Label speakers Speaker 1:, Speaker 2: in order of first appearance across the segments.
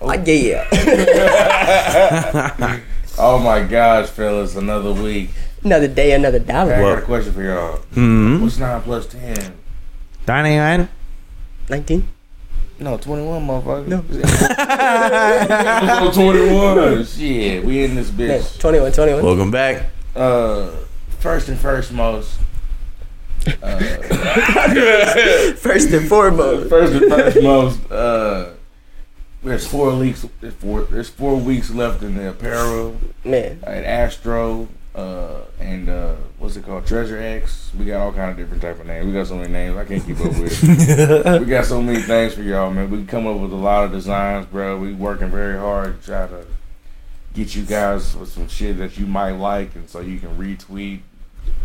Speaker 1: Like, yeah.
Speaker 2: Oh my gosh, fellas, another week.
Speaker 1: another day, another
Speaker 2: Hey, I
Speaker 1: dollar.
Speaker 2: got a question for y'all. What's nine plus ten?
Speaker 3: Donnie, man.
Speaker 1: 19?
Speaker 2: No, twenty-one, motherfucker. No, Oh, twenty-one. Shit, we in this
Speaker 1: Yeah,
Speaker 2: bitch.
Speaker 1: 21, 21.
Speaker 3: Welcome back.
Speaker 2: Uh, first and first most. uh,
Speaker 1: First and foremost.
Speaker 2: First and first most. Uh, there's four weeks. There's four, there's four weeks left in the apparel.
Speaker 1: Man,
Speaker 2: at Astro, uh, and uh, what's it called? Treasure X. We got all kind of different type of names. We got so many names I can't keep up with. we got so many things for y'all, man. We come up with a lot of designs, bro. We working very hard to try to get you guys with some shit that you might like, and so you can retweet,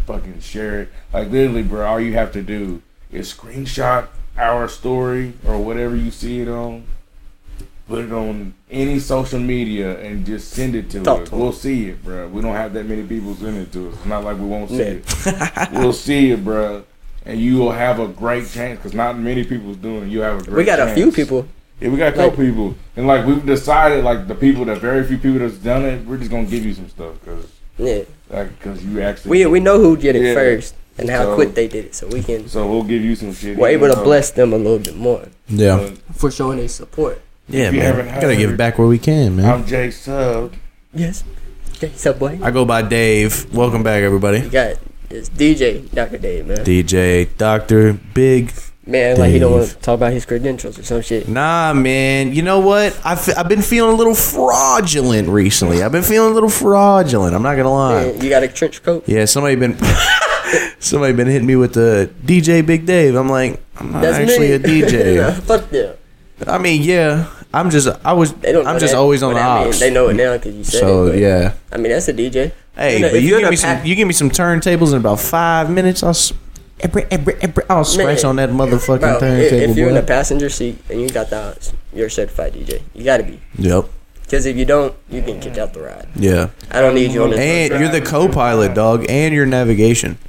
Speaker 2: fucking share it. Like literally, bro. All you have to do is screenshot our story or whatever you see it on. Put it on any social media and just send it to
Speaker 1: Talk
Speaker 2: us.
Speaker 1: to
Speaker 2: we'll see it, bro. We don't have that many people sending it to us. It's not like we won't see
Speaker 1: Yeah.
Speaker 2: it. we'll see it, bro. And you will have a great chance because not many people's doing. it. You have a great.
Speaker 1: we got a
Speaker 2: chance.
Speaker 1: few people.
Speaker 2: Yeah, we got a couple
Speaker 1: Like-
Speaker 2: people, and like we've decided, like the people that very few people that's done it, we're just gonna give you some stuff because,
Speaker 1: Yeah.
Speaker 2: like, cause you actually.
Speaker 1: We, we know who did it
Speaker 2: Yeah.
Speaker 1: first and how
Speaker 2: So-
Speaker 1: quick they did it. So we can,
Speaker 2: So we'll give you some shit.
Speaker 1: we're
Speaker 2: even
Speaker 1: able to
Speaker 2: though-
Speaker 1: bless them a little bit more
Speaker 3: Yeah.
Speaker 1: for showing their support.
Speaker 3: Yeah,
Speaker 2: If you
Speaker 3: man.
Speaker 2: haven't
Speaker 3: Gotta give
Speaker 2: heard-
Speaker 3: back where we can, man.
Speaker 2: I'm Jay Sub.
Speaker 1: Yes. Okay, so boy,
Speaker 3: I go by Dave. Welcome back, everybody.
Speaker 1: you got this DJ, Dr. Dave, man.
Speaker 3: DJ Doctor Big.
Speaker 1: man, like he don't want to
Speaker 3: Dave.
Speaker 1: talk about his credentials or some shit.
Speaker 3: Nah, man. You know what? I've I've been feeling a little fraudulent recently. I've been feeling a little fraudulent. I'm not gonna lie.
Speaker 1: Man, you got a trench coat?
Speaker 3: Yeah, somebody been somebody been hitting me with the DJ Big Dave. I'm like, I'm not actually
Speaker 1: me.
Speaker 3: a DJ.
Speaker 1: Nah, Fuck them.
Speaker 3: I mean, yeah. I'm just I was
Speaker 1: They don't.
Speaker 3: I'm
Speaker 1: know
Speaker 3: just
Speaker 1: that,
Speaker 3: always on
Speaker 1: but
Speaker 3: the
Speaker 1: I mean,
Speaker 3: ox.
Speaker 1: They know it now because you said it.
Speaker 3: so
Speaker 1: but,
Speaker 3: yeah.
Speaker 1: I mean, that's a DJ.
Speaker 3: Hey,
Speaker 1: You know,
Speaker 3: but
Speaker 1: uh, if
Speaker 3: you
Speaker 1: you're
Speaker 3: give
Speaker 1: in
Speaker 3: me
Speaker 1: a
Speaker 3: some
Speaker 1: pack-
Speaker 3: you give me some turntables in about five minutes. I'll s- ebr- ebr- ebr- I'll scratch on that motherfucking
Speaker 1: Bro, if,
Speaker 3: turntable.
Speaker 1: if you're in
Speaker 3: boy.
Speaker 1: the passenger seat and you got the ox, you're a certified DJ. You gotta be.
Speaker 3: yep.
Speaker 1: Because if you don't, you can kick out the ride.
Speaker 3: Yeah.
Speaker 1: I don't need you on this.
Speaker 3: And
Speaker 1: road
Speaker 3: you're the co-pilot, dog, and your navigation.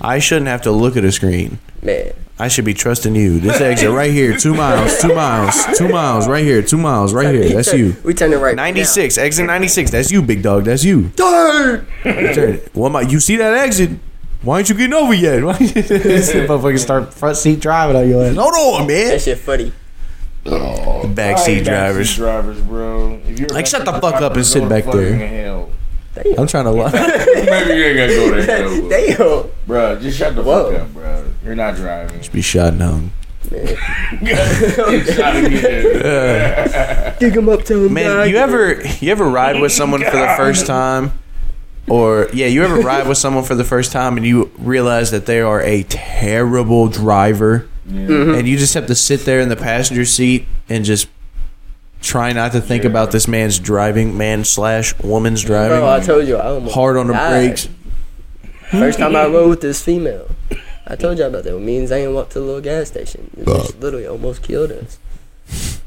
Speaker 3: I shouldn't have to look at a screen.
Speaker 1: trip. man.
Speaker 3: I should be trusting you. This exit right here, two miles, two miles, two miles, right here, two miles, right here. That's you.
Speaker 1: We turn it right. now.
Speaker 3: Ninety six, exit ninety six. That's you, big dog. That's you.
Speaker 1: Third.
Speaker 3: Turn it. What am I? You see that exit? Why ain't you getting over yet? Why this motherfucker start front seat driving on your ass? Hold on, man.
Speaker 1: That shit funny.
Speaker 3: Backseat
Speaker 2: Backseat
Speaker 3: drivers.
Speaker 2: drivers, bro. If you're a
Speaker 3: Like, shut
Speaker 2: backseat
Speaker 3: the fuck up
Speaker 2: driver,
Speaker 3: and sit
Speaker 2: go to
Speaker 3: back there.
Speaker 2: fucking Hell.
Speaker 3: I'm trying to lie.
Speaker 2: Maybe you ain't gotta go there, hell, but-
Speaker 1: Damn.
Speaker 2: bro. Just shut the
Speaker 1: Whoa.
Speaker 2: fuck up, bro. You're not driving.
Speaker 3: Be shot down.
Speaker 2: You gotta get there.
Speaker 1: Dig him up, tell him.
Speaker 3: Man, you ever you ever ride with someone for the first time? Or yeah, you ever ride with someone for the first time and you realize that they are a terrible driver and you just have to sit there in the passenger seat and just try not to think about this man's driving, man slash woman's driving.
Speaker 1: Bro, I told you I almost
Speaker 3: hard on the
Speaker 1: died.
Speaker 3: brakes.
Speaker 1: First time I rode with this female, I told y'all about that. Me and Zane walked to the little gas station. It just literally almost killed us.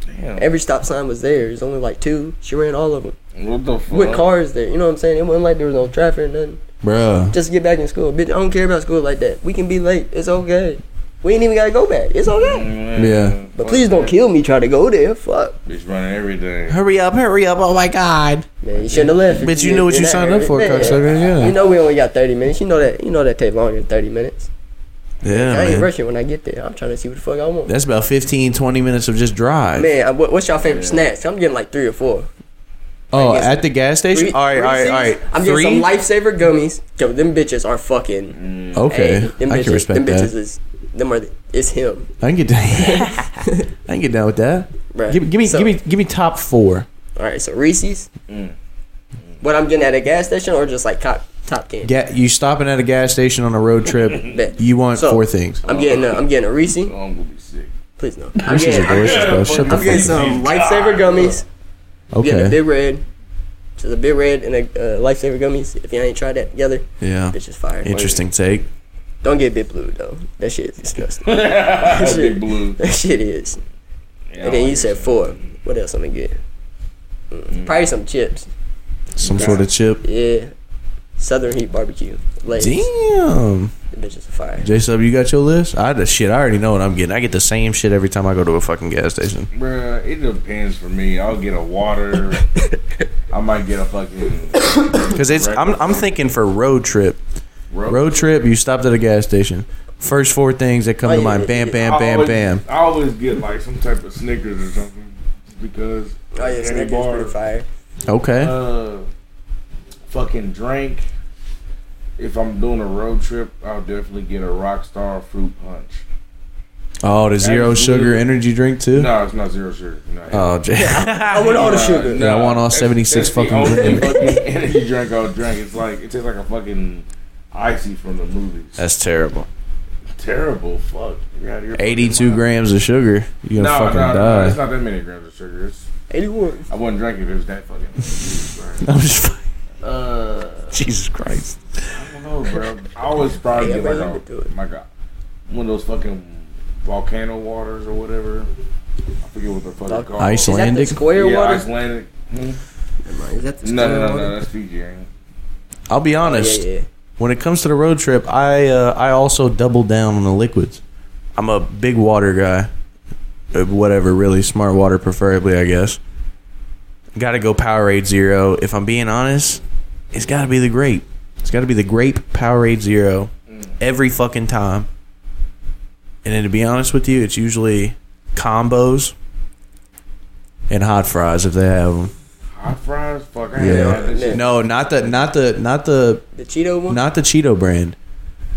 Speaker 2: Damn.
Speaker 1: Every stop sign was there. There's only like two. She ran all of them
Speaker 2: What the fuck?
Speaker 1: with
Speaker 3: Uh-huh.
Speaker 1: cars there. You know what I'm saying? It wasn't like there was no traffic or nothing.
Speaker 3: Bruh.
Speaker 1: Just to get back in school, bitch. I don't care about school like that. We can be late. It's okay. We ain't even gotta go back. It's okay.
Speaker 2: Man,
Speaker 3: Yeah.
Speaker 1: But
Speaker 2: fuck
Speaker 1: please don't
Speaker 2: that.
Speaker 1: kill me. Try to go there. Fuck,
Speaker 2: Bitch running everything.
Speaker 3: Hurry up, hurry up, oh my god.
Speaker 1: man. You shouldn't have left.
Speaker 3: Bitch, you knew what
Speaker 1: did
Speaker 3: you
Speaker 1: that
Speaker 3: signed
Speaker 1: early.
Speaker 3: up for,
Speaker 1: Man,
Speaker 3: cocksucker, yeah.
Speaker 1: You know we only got 30 minutes. You know that. You know that take longer than 30 minutes.
Speaker 3: Yeah.
Speaker 1: I ain't
Speaker 3: man.
Speaker 1: rushing when I get there. I'm trying to see what the fuck I want.
Speaker 3: That's about 15, 20 minutes of just drive.
Speaker 1: Man, I- what, what's y'all favorite snacks? I'm getting like three or four.
Speaker 3: oh,
Speaker 1: I guess-
Speaker 3: at the gas station?
Speaker 1: Three-
Speaker 3: all right,
Speaker 1: three
Speaker 3: all right, all right.
Speaker 1: seeds? I'm
Speaker 3: Three? Mm.
Speaker 1: getting some lifesaver gummies. Yo, them bitches are fucking.
Speaker 3: okay.
Speaker 1: Hey, them
Speaker 3: I
Speaker 1: bitches,
Speaker 3: can
Speaker 1: them
Speaker 3: respect
Speaker 1: bitches
Speaker 3: that.
Speaker 1: is. Them are. The, it's him,
Speaker 3: I can get down. I can get down with that.
Speaker 1: bruh.
Speaker 3: Give, give me,
Speaker 1: So-
Speaker 3: give me, Mm. give me top four
Speaker 1: All right, so Reese's. What I'm getting at a gas station or just like top top candy.
Speaker 3: Ga- you stopping at a gas station on a road trip.
Speaker 1: Bet.
Speaker 3: You want
Speaker 1: So-
Speaker 3: four things.
Speaker 1: I'm getting. A, I'm getting a Reese.
Speaker 2: Oh, I'm gonna be sick.
Speaker 1: Please no. I'm
Speaker 3: This is
Speaker 1: getting. I'm
Speaker 3: delicious, bro. Shut the
Speaker 1: I'm getting
Speaker 3: fuck up.
Speaker 1: some lifesaver gummies. I'm getting a
Speaker 3: Okay.
Speaker 1: big red. Just a big red and a uh, lifesaver gummies. If you ain't tried that together,
Speaker 3: Yeah.
Speaker 1: bitch is fire.
Speaker 3: Interesting take.
Speaker 1: Don't get big blue though. That shit is disgusting.
Speaker 2: Big blue.
Speaker 1: that shit is.
Speaker 2: Yeah,
Speaker 1: And then you said four. What else am I getting?
Speaker 2: Mm-hmm.
Speaker 1: Mm. Probably some chips.
Speaker 3: Some sort of chip.
Speaker 1: Yeah. Southern Heat Barbecue. Lay's.
Speaker 3: Damn.
Speaker 1: The bitches are fire.
Speaker 3: J Sub, you got your list? I the shit. I already know what I'm getting. I get the same shit every time I go to a fucking gas station.
Speaker 2: Bruh, it depends for me. I'll get a water. I might get a fucking
Speaker 3: Cause it's I'm I'm thinking for road trip.
Speaker 2: road,
Speaker 3: Road trip. You stopped at a gas station. First four things that come
Speaker 1: Oh,
Speaker 3: to
Speaker 1: yeah,
Speaker 3: mind:
Speaker 1: yeah,
Speaker 3: bam,
Speaker 1: yeah.
Speaker 3: bam,
Speaker 2: I
Speaker 3: bam,
Speaker 2: always-
Speaker 3: bam.
Speaker 2: I always get like some type of Snickers or something because
Speaker 1: Oh yeah,
Speaker 2: any
Speaker 1: Snickers
Speaker 2: bar-
Speaker 1: pretty fire.
Speaker 3: Okay.
Speaker 2: Uh, fucking drink. If I'm doing a road trip, I'll definitely get a Rockstar fruit punch.
Speaker 3: Oh, the zero
Speaker 2: that's
Speaker 3: sugar
Speaker 2: weird.
Speaker 3: energy drink too.
Speaker 2: No, it's not zero sugar. No.
Speaker 3: Oh, J-
Speaker 1: I want all the
Speaker 2: Nah,
Speaker 1: sugar.
Speaker 2: nah,
Speaker 3: I want all
Speaker 2: that's- that's
Speaker 3: 76
Speaker 2: the
Speaker 3: fucking
Speaker 2: only
Speaker 3: drink.
Speaker 2: fucking energy drink I'll drink. It's like it tastes like a fucking icy from the movies.
Speaker 3: that's terrible.
Speaker 2: terrible. Fuck. You're out of your fucking
Speaker 3: Eighty-two
Speaker 2: mind.
Speaker 3: grams of sugar. You're gonna
Speaker 2: No,
Speaker 3: fucking
Speaker 2: no, no,
Speaker 3: die.
Speaker 2: it's not that many grams of sugar. It's,
Speaker 1: 81.
Speaker 2: I wouldn't drink it if it was that fucking.
Speaker 3: I'm just fucking-
Speaker 2: uh,
Speaker 3: Jesus Christ.
Speaker 2: I don't know, bro. I always probably
Speaker 1: Yeah,
Speaker 2: get
Speaker 1: bro,
Speaker 2: like
Speaker 1: let me do
Speaker 2: a,
Speaker 1: it.
Speaker 2: like a, one of those fucking volcano waters or whatever. I forget what the fuck
Speaker 1: Vol- Is that
Speaker 2: it's called.
Speaker 1: the
Speaker 3: Icelandic?
Speaker 1: square
Speaker 2: Yeah,
Speaker 1: water?
Speaker 2: Icelandic. Hmm?
Speaker 1: Never mind. Is that the
Speaker 2: No,
Speaker 1: square
Speaker 2: no, no,
Speaker 1: water?
Speaker 2: no. That's Fiji. ain't
Speaker 3: I'll be
Speaker 1: Oh,
Speaker 3: honest.
Speaker 1: yeah, yeah.
Speaker 3: When it comes to the road trip, I uh, I also double down on the liquids. I'm a big water guy. Uh, Whatever, really smart water, preferably, I guess. Got to go Powerade Zero. If I'm being honest, it's got to be the grape. It's got to be the grape Powerade Zero
Speaker 2: it?
Speaker 3: every fucking time. And then to be honest with you, it's usually combos and hot fries if they have them.
Speaker 2: Hot fries? Fuck, I
Speaker 3: Yeah.
Speaker 2: ain't had that shit.
Speaker 3: No, not the not the not the
Speaker 1: The Cheeto one?
Speaker 3: Not the Cheeto brand.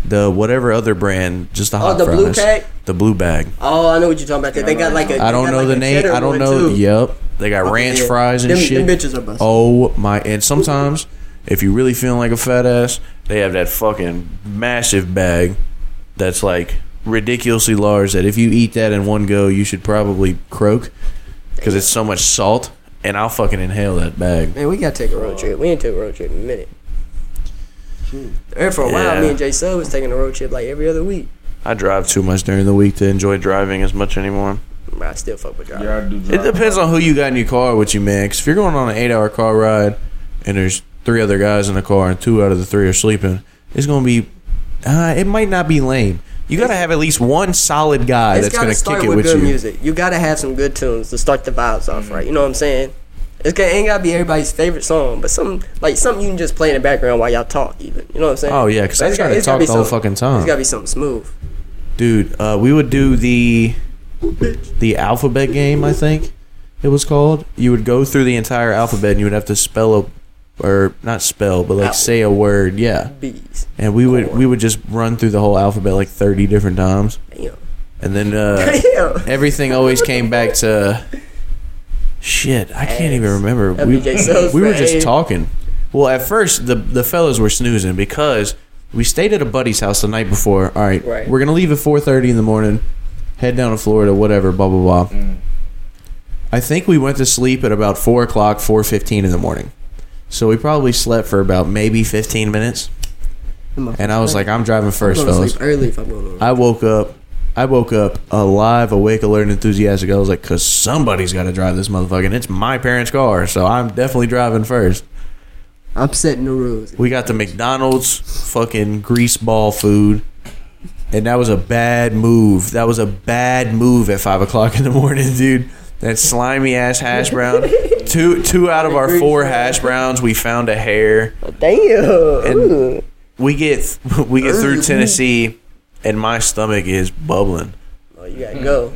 Speaker 3: The whatever other brand, just the
Speaker 1: oh,
Speaker 3: hot
Speaker 1: the
Speaker 3: fries.
Speaker 1: blue pack?
Speaker 3: The blue bag.
Speaker 1: Oh, I know what you're talking about. They- They got like a.
Speaker 3: I
Speaker 1: they
Speaker 3: don't
Speaker 1: got
Speaker 3: know
Speaker 1: like
Speaker 3: the
Speaker 1: a
Speaker 3: name.
Speaker 1: cheddar
Speaker 3: I don't
Speaker 1: one,
Speaker 3: know.
Speaker 1: too.
Speaker 3: Yep, they got
Speaker 1: Oh,
Speaker 3: ranch
Speaker 1: yeah.
Speaker 3: fries and
Speaker 1: Them-
Speaker 3: shit.
Speaker 1: Them bitches are bust.
Speaker 3: Oh my! And sometimes, if you're really feeling like a fat ass, they have that fucking massive bag that's like ridiculously large. That if you eat that in one go, you should probably croak because it's so much salt. And I'll fucking inhale that bag.
Speaker 1: Man, we gotta take a road trip. We ain't took a road trip in a minute. And for a
Speaker 3: Yeah.
Speaker 1: while, me and Jay Sub was taking a road trip like every other week.
Speaker 3: I drive too much during the week to enjoy driving as much anymore.
Speaker 1: But I still fuck with y'all.
Speaker 2: Yeah, I do
Speaker 3: It
Speaker 2: drive.
Speaker 3: depends on who you got in your car with you, man. 'Cause if you're going on an eight-hour car ride and there's three other guys in the car and two out of the three are sleeping, it's gonna be. Uh, it might not be lame. You gotta have at least one solid guy
Speaker 1: It's
Speaker 3: that's
Speaker 1: gotta
Speaker 3: gonna
Speaker 1: start
Speaker 3: kick it
Speaker 1: with,
Speaker 3: with
Speaker 1: good
Speaker 3: you. Mm-hmm.
Speaker 1: music. You gotta have some good tunes to start the vibes off right. You know what I'm saying? It's gonna, ain't gotta be everybody's favorite song, but some like something you can just play in the background while y'all talk. Even you know what I'm saying?
Speaker 3: Oh yeah, 'cause
Speaker 1: But
Speaker 3: I
Speaker 1: it's
Speaker 3: try
Speaker 1: gotta-
Speaker 3: to
Speaker 1: it's gotta
Speaker 3: talk
Speaker 1: be
Speaker 3: the whole
Speaker 1: something-
Speaker 3: fucking
Speaker 1: It's gotta
Speaker 3: time,
Speaker 1: be something smooth.
Speaker 3: dude. Uh, we would do the the alphabet game, I think it was called. You would go through the entire alphabet and you would have to spell a, or not spell, but like
Speaker 1: Out.
Speaker 3: say a word. Yeah,
Speaker 1: Bees,
Speaker 3: and we would
Speaker 1: Cool.
Speaker 3: we would just run through the whole alphabet like thirty different times.
Speaker 1: damn,
Speaker 3: And then uh,
Speaker 1: damn.
Speaker 3: everything always came back to shit. I can't even remember.
Speaker 1: That'd
Speaker 3: We,
Speaker 1: be Jay Sales
Speaker 3: we were
Speaker 1: for
Speaker 3: just
Speaker 1: A's.
Speaker 3: talking. Well, at first the the fellas were snoozing because we stayed at a buddy's house the night before. All right,
Speaker 1: Right.
Speaker 3: we're gonna leave at four thirty in the morning, head down to Florida, whatever. Blah blah blah.
Speaker 2: Mm.
Speaker 3: I think we went to sleep at about four o'clock, four fifteen in the morning. So we probably slept for about maybe fifteen minutes, and I was like, "I'm driving first,
Speaker 1: I'm going
Speaker 3: fellas."
Speaker 1: to sleep early if I'm going to.
Speaker 3: I woke up. I woke up alive, awake, alert, and enthusiastic. I was like, "Cause somebody's got to drive this motherfucker, and it's my parents' car, so I'm definitely driving first.
Speaker 1: I'm setting the rules.
Speaker 3: We got the McDonald's fucking greaseball food, and that was a bad move. That was a bad move at five o'clock in the morning, dude. That slimy ass hash brown. two two out of our four hash browns, we found a hair.
Speaker 1: Damn.
Speaker 3: And- We get we get through Tennessee, and my stomach is bubbling.
Speaker 1: Oh, you gotta go.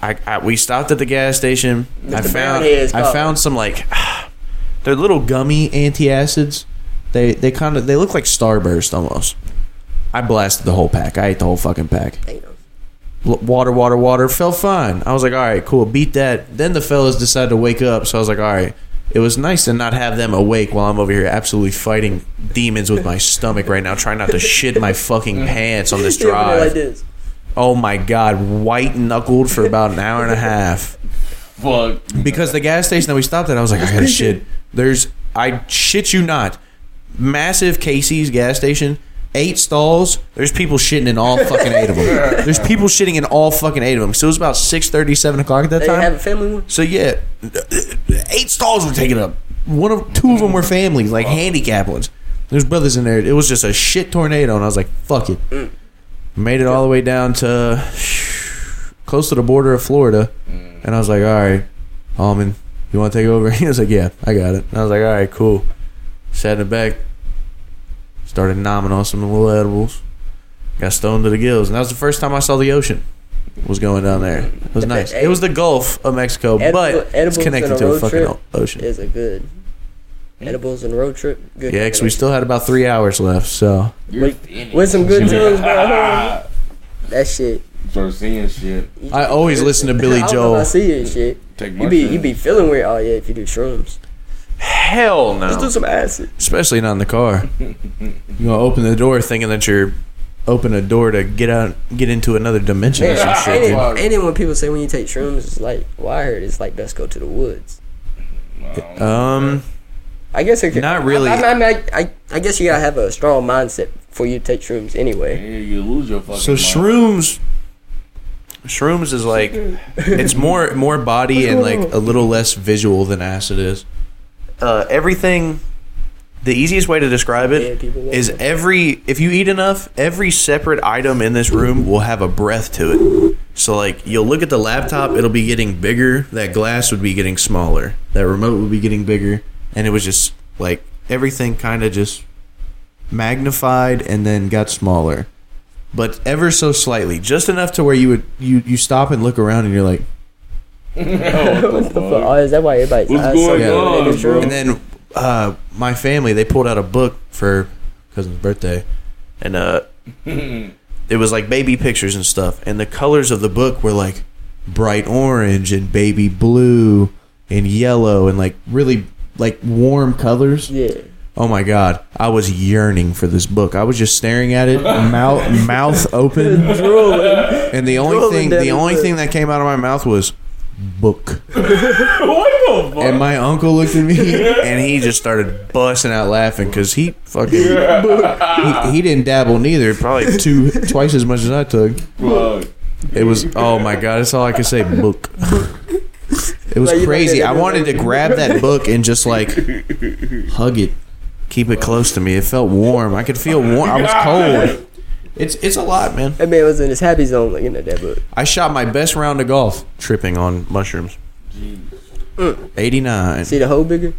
Speaker 3: I, I we stopped at the gas station. I
Speaker 1: Mr. Brownhead
Speaker 3: found
Speaker 1: is oh.
Speaker 3: I
Speaker 1: calling.
Speaker 3: found some like they're little gummy antacids. They they kind of they look like Starburst almost. I blasted the whole pack. I ate the whole fucking pack.
Speaker 1: Damn.
Speaker 3: L- Water, water, water. Felt fine. I was like, all right, cool. Beat that. Then the fellas decided to wake up, so I was like, all right. It was nice to not have them awake while I'm over here absolutely fighting demons with my stomach right now, trying not to shit my fucking pants on this
Speaker 1: Yeah, but
Speaker 3: drive.
Speaker 1: Like this.
Speaker 3: Oh my god, white knuckled for about an hour and a half
Speaker 2: Fuck.
Speaker 3: because the gas station that we stopped at, I was like, I gotta shit. There's, I shit you not, massive Casey's gas station, eight stalls. There's people shitting in all fucking eight of them. There's people shitting in all fucking eight of them. So it was about six thirty, seven o'clock at that
Speaker 1: They
Speaker 3: time.
Speaker 1: have a family one?
Speaker 3: So yeah, eight stalls were taken up. One of two of them were families, like handicap ones. There's brothers in there. It was just a shit tornado, and I was like, fuck it.
Speaker 1: Mm.
Speaker 3: Made it all the way down to close to the border of Florida,
Speaker 2: Mm.
Speaker 3: and I was like, all right, Almond, you want to take over? He was like, yeah, I got it. And I was like, all right, cool. Sat in the back, started nomming on some little edibles, got stoned to the gills, and that was the first time I saw the ocean. Was going down there. It was
Speaker 1: If it-
Speaker 3: nice. It was the Gulf of Mexico,
Speaker 1: Edible-
Speaker 3: but
Speaker 1: edibles
Speaker 3: it's
Speaker 1: and
Speaker 3: connected
Speaker 1: a
Speaker 3: to a
Speaker 1: road
Speaker 3: fucking
Speaker 1: trip
Speaker 3: o- ocean.
Speaker 1: is a good edibles and road trip. Good
Speaker 3: Yeah, because we
Speaker 1: combination.
Speaker 3: still had about three hours left, so
Speaker 2: You're
Speaker 1: With-
Speaker 2: finished.
Speaker 1: with some good tunes, bro.
Speaker 2: Ah.
Speaker 1: that shit.
Speaker 2: Start seeing shit.
Speaker 3: I always listen to Billy
Speaker 1: I don't know
Speaker 3: Joel.
Speaker 1: if I see you and shit.
Speaker 2: Take
Speaker 1: You be you
Speaker 2: mushrooms.
Speaker 1: be feeling weird. Oh yeah, if you do shrooms,
Speaker 3: hell
Speaker 1: let's do some acid.
Speaker 3: Especially not in the car. You're gonna open the door thinking that you're open a door to get out, get into another dimension or
Speaker 1: Man,
Speaker 3: some shit.
Speaker 1: and,
Speaker 3: dude.
Speaker 1: then, and then when people say when you take shrooms, it's like, well, I heard it's like best go to the woods.
Speaker 2: I don't know.
Speaker 3: Um,
Speaker 1: I guess it could,
Speaker 3: Not really.
Speaker 1: I, I, I, I, I guess you gotta have a strong mindset before you take shrooms
Speaker 2: Yeah,
Speaker 1: anyway.
Speaker 2: you lose your fucking.
Speaker 3: so
Speaker 2: mind.
Speaker 3: shrooms, shrooms is like it's more more body and like a little less visual than acid is. Uh, everything. The easiest way to describe
Speaker 1: Yeah,
Speaker 3: it
Speaker 1: people love
Speaker 3: is
Speaker 1: it.
Speaker 3: every if you eat enough, every separate item in this room will have a breath to it. So like you'll look at the laptop, it'll be getting bigger, that glass would be getting smaller, that remote would be getting bigger, and it was just like everything kind of just magnified and then got smaller. But ever so slightly, just enough to where you would you you stop and look around and you're like
Speaker 2: Oh,
Speaker 1: What the fuck? Oh, is that why everybody's
Speaker 2: What's
Speaker 1: eyes
Speaker 2: going
Speaker 1: so
Speaker 2: on,
Speaker 1: big in
Speaker 2: bro?
Speaker 1: shrooms?
Speaker 3: And then uh, my family they pulled out a book for cousin's birthday, and uh, it was like baby pictures and stuff. And the colors of the book were like bright orange and baby blue and yellow and like really like warm colors.
Speaker 1: Yeah.
Speaker 3: Oh my god, I was yearning for this book. I was just staring at it, mouth mouth open,
Speaker 1: Drooling.
Speaker 3: and the only
Speaker 1: Drooling
Speaker 3: thing
Speaker 1: down
Speaker 3: the
Speaker 1: the
Speaker 3: only
Speaker 1: book.
Speaker 3: thing that came out of my mouth was book.
Speaker 2: What the fuck?
Speaker 3: And my uncle looked at me and he just started busting out laughing because he fucking he, he didn't dabble neither. Probably two twice as much as I took.
Speaker 2: Fuck.
Speaker 3: It was oh my god, that's all I could say. Book. It was
Speaker 1: Like, you look
Speaker 3: crazy.
Speaker 1: at it,
Speaker 3: I
Speaker 1: you're
Speaker 3: wanted to
Speaker 1: like-
Speaker 3: grab that book and just like hug it, keep it close to me. It felt warm. I could feel warm. I was cold. It's it's a lot, man.
Speaker 1: That man was in his happy zone looking at that book.
Speaker 3: I shot my best round of golf tripping on mushrooms. Eighty nine.
Speaker 1: See the hole bigger?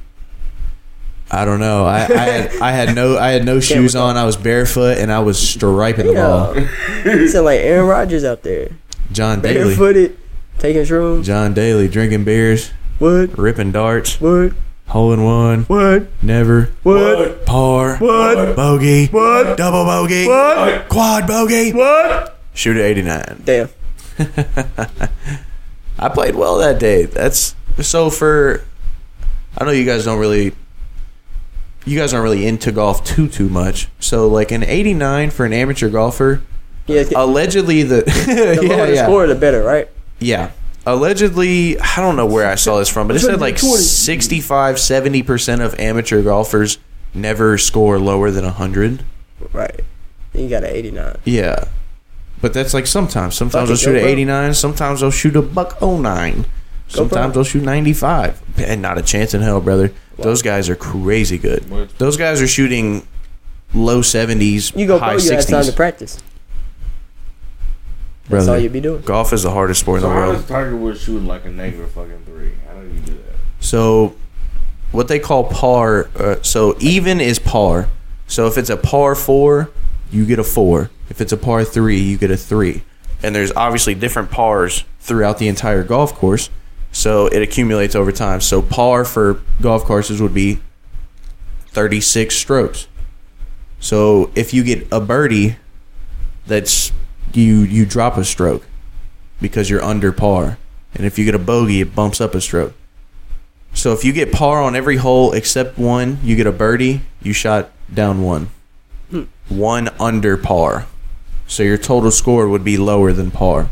Speaker 3: I don't know. I, I had I had no I had no shoes on. I was barefoot and I was striping the ball.
Speaker 1: Yeah. You sound like Aaron Rodgers out there.
Speaker 3: John Daly,
Speaker 1: Barefooted, taking shrooms.
Speaker 3: John Daly, drinking beers,
Speaker 1: What?
Speaker 3: ripping darts,
Speaker 1: What?
Speaker 3: hole in one,
Speaker 1: What?
Speaker 3: never,
Speaker 1: What?
Speaker 3: par,
Speaker 1: What?
Speaker 3: bogey, what, double bogey,
Speaker 1: What?
Speaker 3: quad bogey,
Speaker 1: What?
Speaker 3: shoot at eighty nine.
Speaker 1: Damn.
Speaker 3: I played well that day. That's so for. I know you guys don't really. You guys aren't really into golf too too much. So like an eighty nine for an amateur golfer.
Speaker 1: Yeah, the
Speaker 3: Allegedly the,
Speaker 1: lower
Speaker 3: yeah,
Speaker 1: the
Speaker 3: yeah.
Speaker 1: score, the better, right?
Speaker 3: Yeah. Allegedly, I don't know where I saw this from, but it said like
Speaker 1: 20.
Speaker 3: 65, 70% of amateur golfers never score lower than 100.
Speaker 1: Right. Then you got an 89.
Speaker 3: Yeah. But that's like sometimes. Sometimes
Speaker 1: Fuck
Speaker 3: they'll
Speaker 1: it,
Speaker 3: shoot
Speaker 1: go
Speaker 3: at
Speaker 1: pro.
Speaker 3: 89. Sometimes they'll shoot a buck 09. Sometimes
Speaker 1: pro.
Speaker 3: they'll shoot 95. And not a chance in hell, brother. Those guys are crazy good.
Speaker 2: What?
Speaker 3: Those guys are shooting low 70s,
Speaker 1: You go
Speaker 3: high
Speaker 1: pro, you had time to
Speaker 3: 60s.
Speaker 1: practice. That's all
Speaker 3: brother.
Speaker 1: you be doing.
Speaker 3: Golf is the hardest sport in
Speaker 2: So
Speaker 3: the
Speaker 2: how
Speaker 3: world.
Speaker 2: does Tiger Woods shoot like a negative fucking three? How did he do that?
Speaker 3: So, what they call par. Uh, so even is par. So if it's a par four, you get a four. If it's a par three, you get a three. And there's obviously different pars throughout the entire golf course, so it accumulates over time. So par for golf courses would be 36 strokes. So if you get a birdie, that's you you drop a stroke because you're under par. And if you get a bogey, it bumps up a stroke. So if you get par on every hole except one, you get a birdie, you shot down one. One under par. So your total score would be lower than par.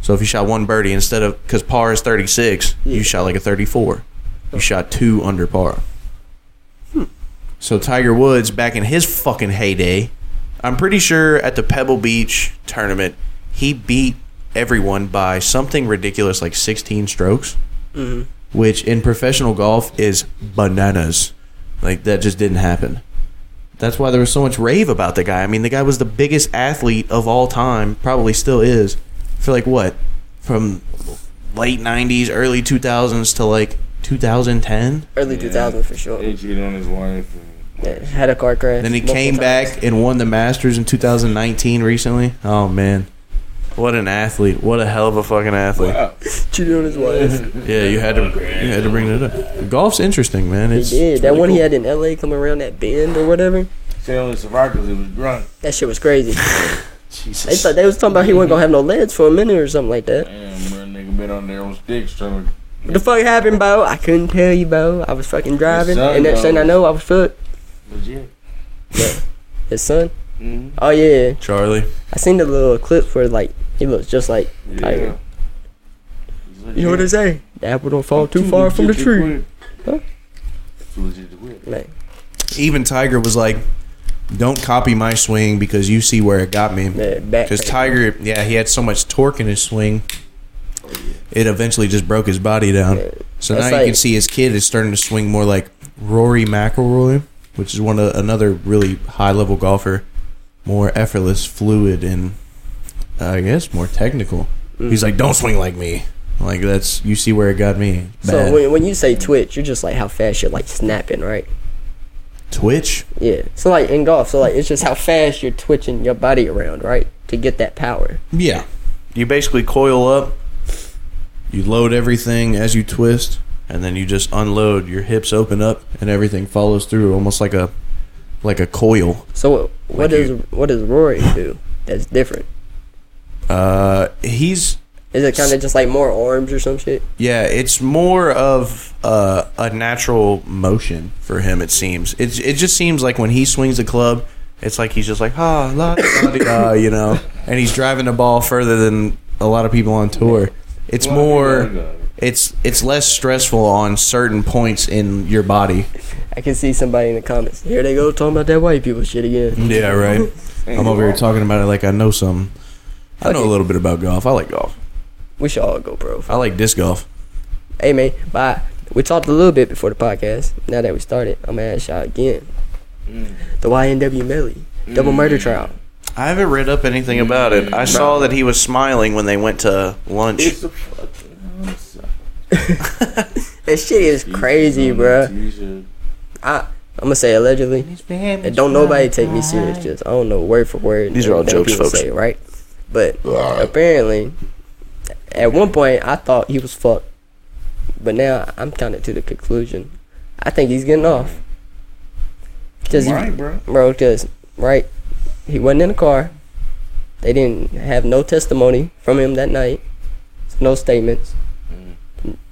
Speaker 3: So if you shot one birdie instead of cuz par is 36,
Speaker 1: Yeah.
Speaker 3: you shot like a 34. You shot two under par. So Tiger Woods back in his fucking heyday, I'm pretty sure at the Pebble Beach tournament, he beat everyone by something ridiculous like 16 strokes, which in professional golf is bananas. Like that just didn't happen. That's why there was so much rave about the guy. I mean, the guy was the biggest athlete of all time, probably still is, for like what? From late 90s, early 2000s to like 2010.
Speaker 1: Early 2000s for sure.
Speaker 2: He cheated on his wife. And,
Speaker 1: Yeah, had a car crash.
Speaker 3: Then he
Speaker 1: multiple
Speaker 3: came
Speaker 1: times.
Speaker 3: back and won the Masters in 2019 recently. Oh, man. What an athlete. What a hell of a fucking athlete.
Speaker 2: Wow.
Speaker 1: cheated on his wife.
Speaker 3: Yeah, you had to you had to bring that up. Golf's interesting, man.
Speaker 1: He
Speaker 3: It's
Speaker 1: did.
Speaker 3: it's
Speaker 1: That
Speaker 3: really
Speaker 1: one he
Speaker 3: cool.
Speaker 1: had in LA coming around that bend or whatever.
Speaker 2: She only survived because he was drunk.
Speaker 1: That shit was crazy. They
Speaker 3: Jesus.
Speaker 1: thought they was talking about he wasn't gonna have no legs for a minute or something like that.
Speaker 2: Damn, bro, nigga been on there on sticks trying to.
Speaker 1: What the fuck happened, Bo? I couldn't tell you, Bo. I was fucking driving,
Speaker 2: son
Speaker 1: and next thing I
Speaker 2: knows.
Speaker 1: know, I was fucked.
Speaker 2: Legit.
Speaker 1: His son.
Speaker 2: hmm
Speaker 1: Oh yeah,
Speaker 3: Charlie.
Speaker 1: I seen the little clip where like he looks just like.
Speaker 2: Yeah.
Speaker 1: Tiger. You know what they say? The apple don't fall too far from the tree. Huh?
Speaker 2: Too legit to quit.
Speaker 1: Like,
Speaker 3: Even Tiger was like, "Don't copy my swing because you see where it got me."
Speaker 1: man, back.
Speaker 3: Because Tiger, yeah, he had so much torque in his swing, it eventually just broke his body down.
Speaker 1: Yeah.
Speaker 3: So
Speaker 1: That's
Speaker 3: now you
Speaker 1: like-
Speaker 3: can see his kid is starting to swing more like Rory McIlroy, which is one of another really high level golfer, more effortless, fluid, and uh, I guess more technical.
Speaker 1: Mm.
Speaker 3: He's like, "Don't swing like me." Like that's you see where it got me. Bad.
Speaker 1: So when, when you say twitch, you're just like how fast you're like snapping, right?
Speaker 3: Twitch.
Speaker 1: Yeah. So like in golf, so like it's just how fast you're twitching your body around, right, to get that power.
Speaker 3: Yeah. You basically coil up, you load everything as you twist, and then you just unload. Your hips open up and everything follows through almost like a like a coil.
Speaker 1: So what
Speaker 3: Like
Speaker 1: does
Speaker 3: you-
Speaker 1: what does Rory do that's different?
Speaker 3: Uh he's
Speaker 1: Is it kind of just like more arms or some shit?
Speaker 3: yeah, it's more of uh, a natural motion for him. It seems it. It just seems like when he swings the club, it's like he's just like ah la da di da, you know, and he's driving the ball further than a lot of people on tour. It's
Speaker 2: Well, uh,
Speaker 3: more.
Speaker 2: you know,
Speaker 3: it's it's less stressful on certain points in your body.
Speaker 1: I can see somebody in the comments. Here they go talking about that white people shit again.
Speaker 3: Yeah, right. I'm over here talking about it like I know something. I know a little bit about golf. I like golf.
Speaker 1: We should all go, bro.
Speaker 3: I like disc golf.
Speaker 1: Hey man, bye. We talked a little bit before the podcast. Now that we started, I'm gonna ask y'all again.
Speaker 2: Mm.
Speaker 1: The YNW Melly double murder trial.
Speaker 3: I haven't read up anything about it. I saw that he was smiling when they went to lunch.
Speaker 2: It's a fucking.
Speaker 1: That shit is crazy, bro. I I'm gonna say allegedly. And don't nobody take me serious. Just I don't know word for word.
Speaker 3: These are all
Speaker 1: everything
Speaker 3: jokes,
Speaker 1: people
Speaker 3: folks.
Speaker 1: Say, right? But apparently, at one point I thought he was fucked, but now I'm kind of to the conclusion. I think he's getting off. Cause
Speaker 2: Right,
Speaker 1: he,
Speaker 2: bro.
Speaker 1: bro, cause right, he wasn't in the car. They didn't have no testimony from him that night. So no statements.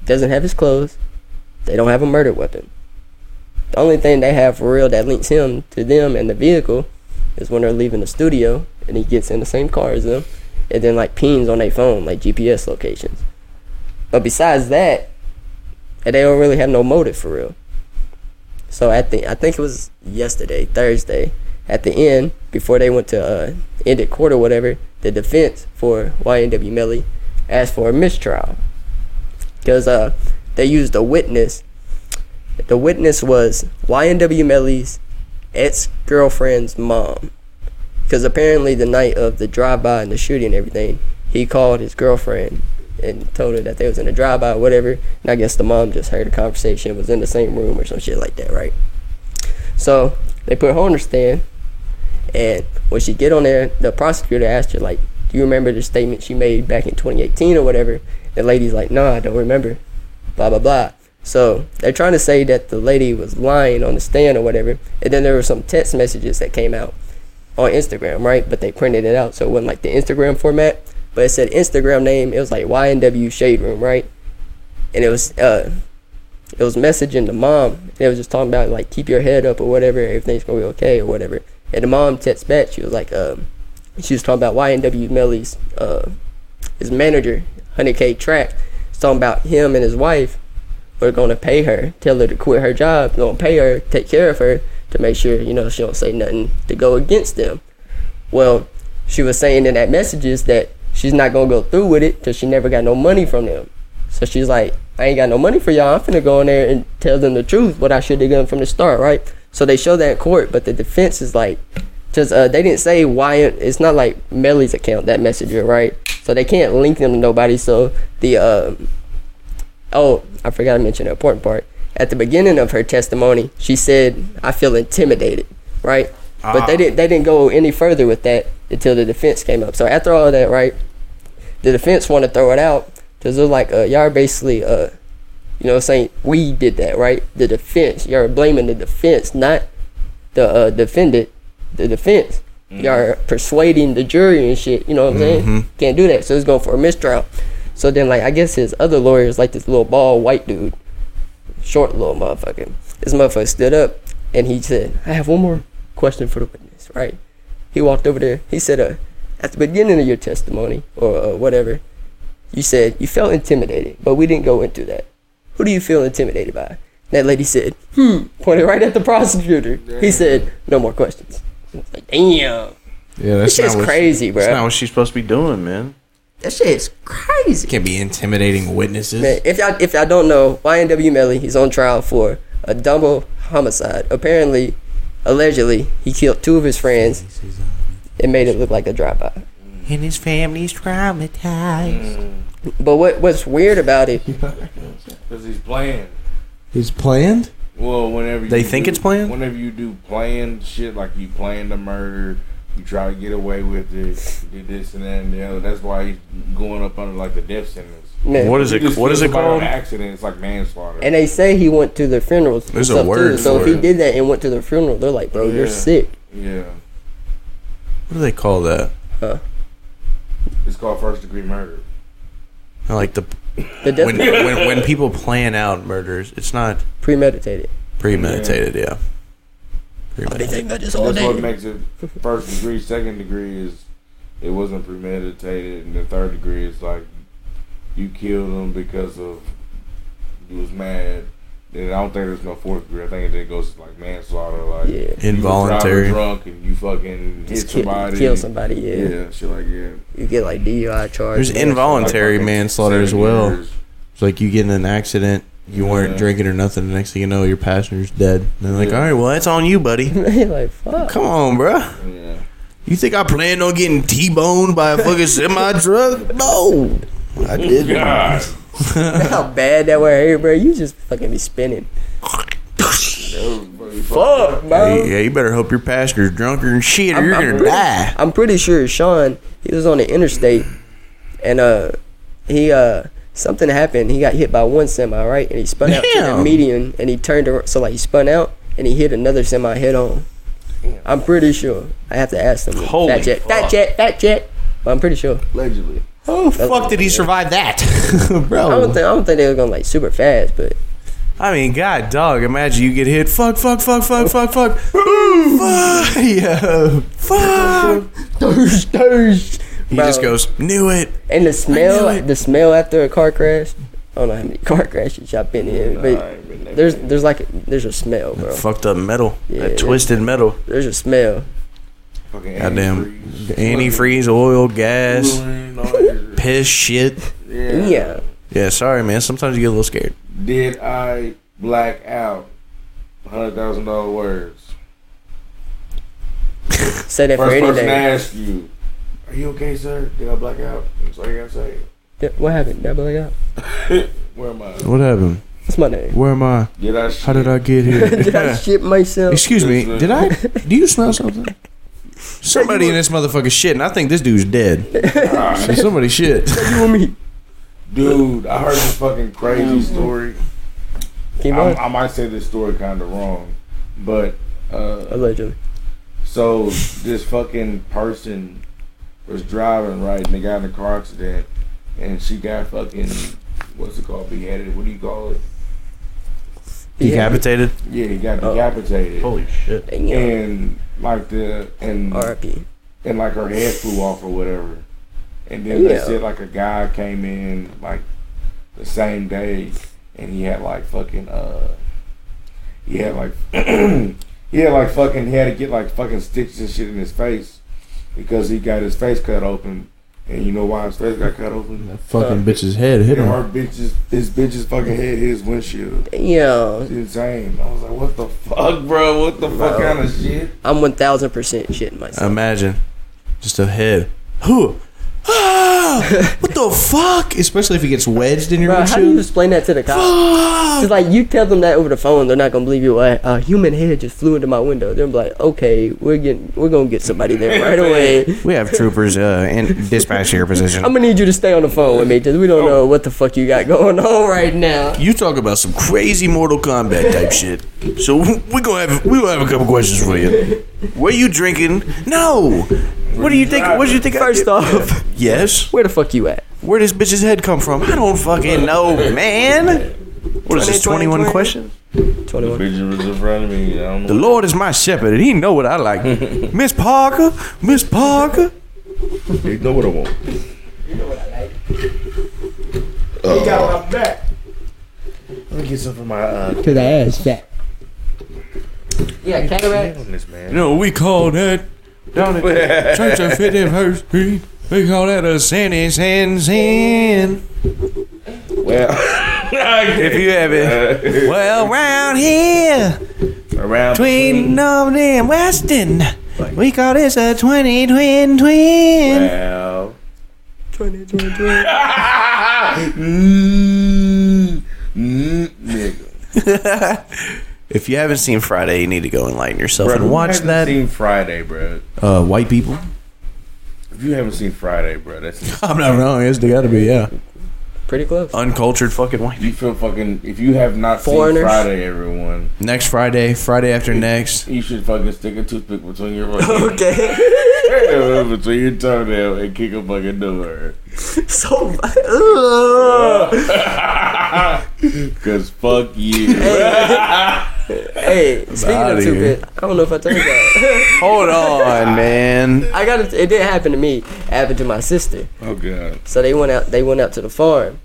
Speaker 1: Doesn't have his clothes. They don't have a murder weapon. The only thing they have for real that links him to them and the vehicle is when they're leaving the studio and he gets in the same car as them and then like pings on their phone, like GPS locations. But besides that, and they don't really have no motive for real. So I think I think it was yesterday, Thursday, at the end before they went to uh, end it court or whatever. The defense for YNW Melly asked for a mistrial because uh, they used a witness. The witness was YNW Melly's ex girlfriend's mom. Because apparently, the night of the drive by and the shooting and everything, he called his girlfriend and told her that they was in a drive by or whatever. And I guess the mom just heard the conversation, was in the same room or some shit like that, right? So they put her on the stand, and when she get on there, the prosecutor asked her like, "Do you remember the statement she made back in 2018 or whatever?" The lady's like, "No, I don't remember." Blah blah blah. So they're trying to say that the lady was lying on the stand or whatever, and then there were some text messages that came out on Instagram, right? But they printed it out, so it wasn't like the Instagram format. But it said Instagram name. It was like YNW Shade Room, right? And it was uh, it was messaging the mom. They was just talking about like keep your head up or whatever. Everything's gonna be okay or whatever. And the mom texts back. She was like, um, she was talking about YNW Melly's uh, his manager, 100K Track, was talking about him and his wife were gonna pay her, tell her to quit her job, gonna pay her, take care of her to make sure you know she don't say nothing to go against them. Well, she was saying in that messages that she's not gonna go through with it because she never got no money from them. So she's like, I ain't got no money for y'all. I'm finna go in there and tell them the truth, what I should have done from the start, right? So they show that in court, but the defense is like, just uh, they didn't say why. It, it's not like Melly's account that messenger, right? So they can't link them to nobody. So the uh, oh, I forgot to mention the important part. At the beginning of her testimony, she said, "I feel intimidated," right? But
Speaker 3: Ah.
Speaker 1: they didn't they didn't go any further with that until the defense came up. So after all that, right? The defense want to throw it out because they're like, uh, "Y'all are basically uh." You know what I'm saying? We did that, right? The defense. You're blaming the defense, not the uh, defendant, the defense.
Speaker 2: Mm-hmm.
Speaker 1: You're persuading the jury and shit. You know what I'm saying? Can't do that. So it's going for a mistrial. So then, like, I guess his other lawyer is like this little bald white dude, short little motherfucker. This motherfucker stood up and he said, I have one more question for the witness, right? He walked over there. He said, uh, at the beginning of your testimony or uh, whatever, you said you felt intimidated, but we didn't go into that. Who do you feel intimidated by? That lady said, hmm, pointed right at the prosecutor. He said, no more questions. It's Like, damn.
Speaker 3: Yeah,
Speaker 1: This shit's crazy, bro.
Speaker 3: That's not what she's supposed to be doing, man.
Speaker 1: That shit is crazy.
Speaker 4: Can't be intimidating witnesses.
Speaker 1: Man, if y'all if y'all don't know, YNW Melly, he's on trial for a double homicide. Apparently, allegedly, he killed two of his friends and made it look like a drive-by.
Speaker 4: And his family's
Speaker 2: Mm-hmm.
Speaker 4: traumatized.
Speaker 1: But what what's weird about it?
Speaker 2: Because he's playing.
Speaker 5: He's planned.
Speaker 2: Well, whenever
Speaker 3: They
Speaker 2: you
Speaker 3: think
Speaker 2: do-
Speaker 3: it's planned?
Speaker 2: Whenever you do planned shit, like you planned the murder, you try to get away with it, you do this and that and the other. That's why he's going up under like the death sentence.
Speaker 1: Man.
Speaker 3: What is
Speaker 2: You
Speaker 3: it?
Speaker 2: just
Speaker 3: What is
Speaker 2: kill
Speaker 3: it
Speaker 2: somebody on
Speaker 3: called?
Speaker 2: Accident. It's like manslaughter.
Speaker 1: And they say he went to the funerals. and
Speaker 3: There's a
Speaker 1: stuff,
Speaker 3: word
Speaker 1: So
Speaker 3: for
Speaker 1: if he
Speaker 3: it.
Speaker 1: did that and went to the funeral, they're like, bro, you're
Speaker 2: Yeah.
Speaker 1: sick.
Speaker 2: yeah,
Speaker 3: What do they call that?
Speaker 2: it's called first degree murder.
Speaker 3: Like the
Speaker 1: The death
Speaker 3: when when, when people plan out murders, it's not
Speaker 1: premeditated.
Speaker 3: premeditated. Yeah.
Speaker 1: They
Speaker 3: Premeditated.
Speaker 1: think about this all
Speaker 2: That's what
Speaker 1: day.
Speaker 2: makes it first degree. Second degree is it wasn't premeditated, and the third degree is like you killed him because of you was mad. And I don't think there's no fourth degree. I think it then goes to like manslaughter, like
Speaker 1: Yeah.
Speaker 2: you was
Speaker 3: Involuntary.
Speaker 2: driving drunk, and you fucking
Speaker 1: Just
Speaker 2: hit
Speaker 1: kill,
Speaker 2: somebody,
Speaker 1: kill somebody.
Speaker 2: yeah.
Speaker 1: Yeah.
Speaker 2: shit like yeah.
Speaker 1: you get like DUI charges.
Speaker 3: There's involuntary
Speaker 2: fucking
Speaker 3: manslaughter as
Speaker 2: seven
Speaker 3: well.
Speaker 2: years.
Speaker 3: It's like you get in an accident, you weren't
Speaker 2: Yeah.
Speaker 3: drinking or nothing. The next thing you know, your passenger's dead. And they're like,
Speaker 2: Yeah.
Speaker 3: "All right, well, that's on you, buddy.
Speaker 1: You're like fuck.
Speaker 3: Come on, bruh.
Speaker 2: Yeah,
Speaker 3: You think I planned on getting T-boned by a fucking semi truck? No, I didn't.
Speaker 2: God,
Speaker 1: How bad that were here, bro. You just fucking be spinning.
Speaker 2: Everybody
Speaker 1: Fuck,
Speaker 2: fucking-
Speaker 1: bro.
Speaker 3: Hey, yeah, you better hope your passenger's drunker and shit, or
Speaker 1: I'm-
Speaker 3: you're
Speaker 1: I'm
Speaker 3: gonna
Speaker 1: pretty-
Speaker 3: die.
Speaker 1: I'm pretty sure Sean, he was on the interstate and uh he uh something happened. He got hit by one semi, right? And he spun out to the
Speaker 3: Damn.
Speaker 1: median and he turned ar- so like he spun out and he hit another semi head on. I'm pretty sure. I have to ask them.
Speaker 3: Holy
Speaker 1: fat jet, fat
Speaker 3: fuck.
Speaker 1: jet, fat jet. But I'm pretty sure.
Speaker 2: Allegedly,
Speaker 3: Oh fuck! Did he survive that,
Speaker 1: I don't
Speaker 3: bro?
Speaker 1: think I don't think they were going like super fast, but
Speaker 3: I mean, god, dog. Imagine you get hit. Fuck! Fuck! Fuck! Fuck! Fuck! Fuck! fuck! Yeah! Fuck!
Speaker 1: thirst, thirst.
Speaker 3: He
Speaker 1: Bro.
Speaker 3: just goes, knew it.
Speaker 1: And the
Speaker 3: I knew
Speaker 1: smell,
Speaker 3: it.
Speaker 1: the smell after a car crash. I don't know how many car crashes y'all been in,
Speaker 2: Nah, I ain't
Speaker 1: but
Speaker 2: been there.
Speaker 1: there's there's like a, there's a smell, bro.
Speaker 3: Fucked up metal.
Speaker 1: Yeah,
Speaker 3: that
Speaker 1: that-
Speaker 3: twisted metal.
Speaker 1: There's a smell.
Speaker 2: fucking
Speaker 3: Goddamn.
Speaker 2: antifreeze,
Speaker 3: Antifreeze, oil, gas,
Speaker 2: fucking fluorine, all that
Speaker 3: piss, shit.
Speaker 2: shit.
Speaker 1: Yeah.
Speaker 3: Yeah, sorry, man. Sometimes you get a little scared.
Speaker 2: Did I black out? Hundred thousand dollar words.
Speaker 1: Say that for
Speaker 2: First
Speaker 1: any
Speaker 2: person to
Speaker 1: day.
Speaker 2: ask you, "Are you okay, sir? Did I black out?" That's all you gotta say.
Speaker 1: Yeah, What happened? Did I black out?
Speaker 2: Where am I?
Speaker 3: What happened?
Speaker 1: What's my name?
Speaker 3: Where am I?
Speaker 2: Did I? Shit?
Speaker 3: How did I get
Speaker 1: Did I
Speaker 3: here?
Speaker 1: shit myself?
Speaker 3: Excuse me. Did I? Do you smell something? Somebody in this motherfucker shit, and I think this dude's dead.
Speaker 2: Ah,
Speaker 3: Somebody shit.
Speaker 1: You with me?
Speaker 2: dude, I heard this fucking crazy story.
Speaker 1: Came
Speaker 2: I,
Speaker 1: on.
Speaker 2: I might say this story kind of wrong, but uh,
Speaker 1: Allegedly.
Speaker 2: so this fucking person was driving right, and they got in a car accident, and she got fucking what's it called? Beheaded? What do you call it?
Speaker 3: Decapitated.
Speaker 2: Yeah, he got
Speaker 1: Oh.
Speaker 2: decapitated.
Speaker 3: Holy shit.
Speaker 1: Damn.
Speaker 2: and like the and
Speaker 1: R.I.P.
Speaker 2: and like her head flew off or whatever. And then they
Speaker 1: Yeah.
Speaker 2: said like a guy came in like the same day and he had like fucking uh he had like he had like fucking he had to get like fucking stitches and shit in his face because he got his face cut open And you know why his face got cut open?
Speaker 3: That fucking bitch's head hit
Speaker 2: And
Speaker 3: him.
Speaker 2: her bitch's his bitch's fucking head hit his windshield.
Speaker 1: Yeah,
Speaker 2: Insane. I was like, what the fuck, bro? What the fuck kind of shit?
Speaker 1: I'm one thousand percent shitting myself.
Speaker 3: Imagine just a head. Who? Ah! what the fuck? Especially if he gets wedged in your
Speaker 1: Bro, how do you
Speaker 3: windshield.
Speaker 1: explain that to the cops?
Speaker 3: Ah!
Speaker 1: Cause like you tell them that over the phone, they're not gonna believe you. A a human head just flew into my window. They're gonna be like, okay, we're getting, we're gonna get somebody there right away.
Speaker 3: We have troopers uh, in dispatch to your position.
Speaker 1: I'm gonna need you to stay on the phone with me because we don't know what the fuck you got going on right now.
Speaker 3: You talk about some crazy Mortal Kombat type shit. So we gonna have we gonna have a couple questions for you. Were you drinking? No. What do you think? What do you think? I
Speaker 1: First
Speaker 3: did?
Speaker 1: off,
Speaker 3: yes.
Speaker 1: where the fuck you at?
Speaker 3: Where does bitch's head come from? I don't fucking know, man. What is this? Twenty one questions.
Speaker 1: Twenty one.
Speaker 2: Bitch was in front of me. I don't
Speaker 3: The
Speaker 2: know.
Speaker 3: Lord is my shepherd, and He know what I like. Miss Parker, Miss Parker.
Speaker 2: You know what I want. You got my back. Oh. Let me get some for my uh,
Speaker 1: To the ass, back. Yeah, cataract.
Speaker 2: on this man.
Speaker 3: You know we call that down at Church of Fifty First Street. We call that a sin, sin, sin.
Speaker 2: Well,
Speaker 3: If you have it. Well, round here,
Speaker 2: around
Speaker 3: between
Speaker 2: between-
Speaker 3: Norman and Weston, we call this a 20 twin twin.
Speaker 2: Well,
Speaker 1: Twenty twenty twenty.
Speaker 2: mm, mm, nigga.
Speaker 3: If you haven't seen Friday, you need to go enlighten yourself
Speaker 2: Bro,
Speaker 3: and watch
Speaker 2: haven't
Speaker 3: that.
Speaker 2: Seen Friday, bro.
Speaker 3: Uh, white people?
Speaker 2: If you haven't seen Friday, bro, that's
Speaker 3: I'm not wrong. Yes, they gotta be, yeah.
Speaker 1: Pretty close.
Speaker 3: Uncultured fucking white.
Speaker 2: you feel fucking. If you have not
Speaker 1: Foreigners.
Speaker 2: seen Friday, everyone,
Speaker 3: Next Friday, Friday after next.
Speaker 2: you should fucking stick a toothpick between your fucking
Speaker 1: Okay.
Speaker 2: between your toenail and kick a fucking door.
Speaker 1: so. Ugh.
Speaker 2: Cause fuck you.
Speaker 1: Hey, speaking
Speaker 3: outta
Speaker 1: of
Speaker 3: here.
Speaker 1: stupid, I don't know if I told you that.
Speaker 3: Hold on, man.
Speaker 1: I got it. It didn't happen to me. It happened to my sister.
Speaker 2: oh god.
Speaker 1: So they went out. They went out to the farm.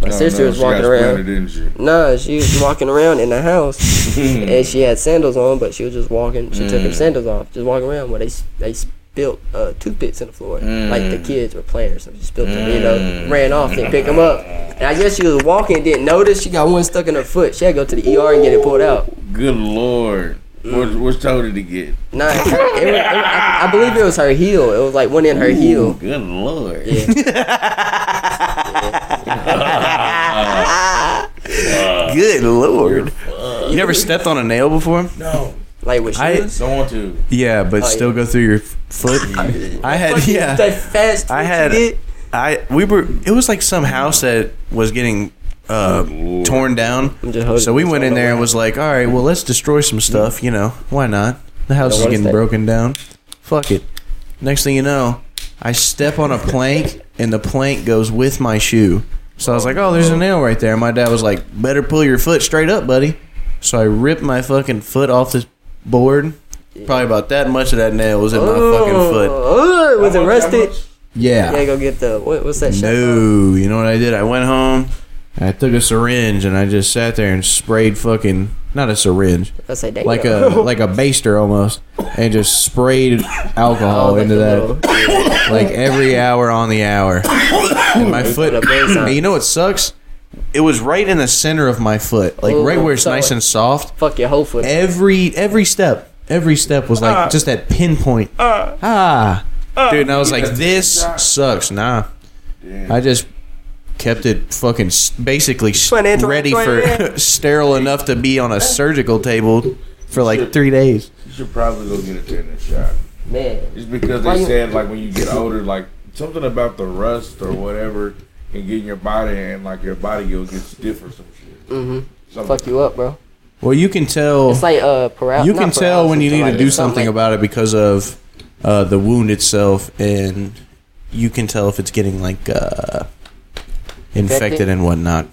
Speaker 1: My
Speaker 2: Oh,
Speaker 1: sister
Speaker 2: no,
Speaker 1: was
Speaker 2: she got
Speaker 1: walking
Speaker 2: splintered,
Speaker 1: around.
Speaker 2: didn't she?
Speaker 1: Nah, she was walking around in the house, and she had sandals on, but she was just walking. She
Speaker 3: Mm.
Speaker 1: took her sandals off, just walking around. Where they s- they spilled uh, toothpicks in the floor, like
Speaker 3: Mm.
Speaker 1: the kids were playing or something. She spilled them, you know, ran off, didn't pick them up. And I guess she was walking, didn't notice. She got one stuck in her foot. She had to go to the ER and get it pulled out.
Speaker 2: Good lord. What, what toe did he get?
Speaker 1: Nah, it, was- it, was- I, I believe it was her heel. It was like one in her heel.
Speaker 2: Good lord.
Speaker 3: Good lord. You never stepped on a nail before?
Speaker 2: No.
Speaker 1: Like with
Speaker 3: I-
Speaker 1: shoes.
Speaker 2: Don't want to.
Speaker 3: Yeah, but
Speaker 1: Oh,
Speaker 3: still
Speaker 1: yeah.
Speaker 3: go through your f- foot. I had,
Speaker 1: Fucking
Speaker 3: yeah.
Speaker 1: That fast.
Speaker 3: I
Speaker 1: twitch
Speaker 3: had-
Speaker 1: you did.
Speaker 3: I we were. It was like some house that was getting uh,
Speaker 2: Lord.
Speaker 3: torn down.
Speaker 1: I'm just holding
Speaker 3: So we
Speaker 1: this
Speaker 3: went
Speaker 1: on
Speaker 3: in
Speaker 1: the
Speaker 3: there and
Speaker 1: line.
Speaker 3: was like, all right, well, let's destroy some stuff. You know, why not? The house
Speaker 1: Yeah,
Speaker 3: is
Speaker 1: what is
Speaker 3: getting
Speaker 1: that?
Speaker 3: broken down. Fuck it. Next thing you know, I step on a plank and the plank goes with my shoe. So I was like, oh, there's a nail right there. My dad was like, better pull your foot straight up, buddy. So I ripped my fucking foot off this board. Probably about that much of that nail was in my fucking foot.
Speaker 1: Oh, it was
Speaker 2: How
Speaker 1: it
Speaker 2: much-
Speaker 1: rusted?
Speaker 3: Yeah.
Speaker 1: Yeah, go get the what, what's that? shit?
Speaker 3: No, you know what I did? I went home, I took a syringe, and I just sat there and sprayed fucking not a syringe,
Speaker 1: I say damn.
Speaker 3: like a like a baster almost, and just sprayed
Speaker 1: like
Speaker 3: alcohol Oh, into
Speaker 1: a
Speaker 3: that
Speaker 1: little-
Speaker 3: like every hour on the hour. And my foot,
Speaker 1: put a base on.
Speaker 3: and you know what sucks? It was right in the center of my foot, like
Speaker 1: Ooh,
Speaker 3: right where it's nice
Speaker 1: solid.
Speaker 3: and soft.
Speaker 1: fuck your whole foot.
Speaker 3: Every every step, every step was like just that pinpoint. ah, dude, and I was like, this sucks. Nah, I just kept it fucking s- basically s-
Speaker 1: Twenty, twenty,
Speaker 3: ready for
Speaker 1: twenty.
Speaker 3: sterile enough to be on a surgical table for like three days.
Speaker 2: You should probably go get a tetanus shot.
Speaker 1: Man,
Speaker 2: It's because
Speaker 1: Why
Speaker 2: they
Speaker 1: you-
Speaker 2: said like when you get older, like something about the rust or whatever can get in your body and like your body will get stiff or some shit. Mm-hmm. Something.
Speaker 1: fuck you up, bro.
Speaker 3: Well, you can tell.
Speaker 1: It's like uh, paral-
Speaker 3: you
Speaker 1: not
Speaker 3: can tell when you
Speaker 1: paralysis,
Speaker 3: need
Speaker 1: but
Speaker 3: to
Speaker 1: like
Speaker 3: do
Speaker 1: it's
Speaker 3: something
Speaker 1: like-
Speaker 3: about it because of uh, the wound itself, and you can tell if it's getting like uh, infected
Speaker 1: Infected?
Speaker 3: and whatnot.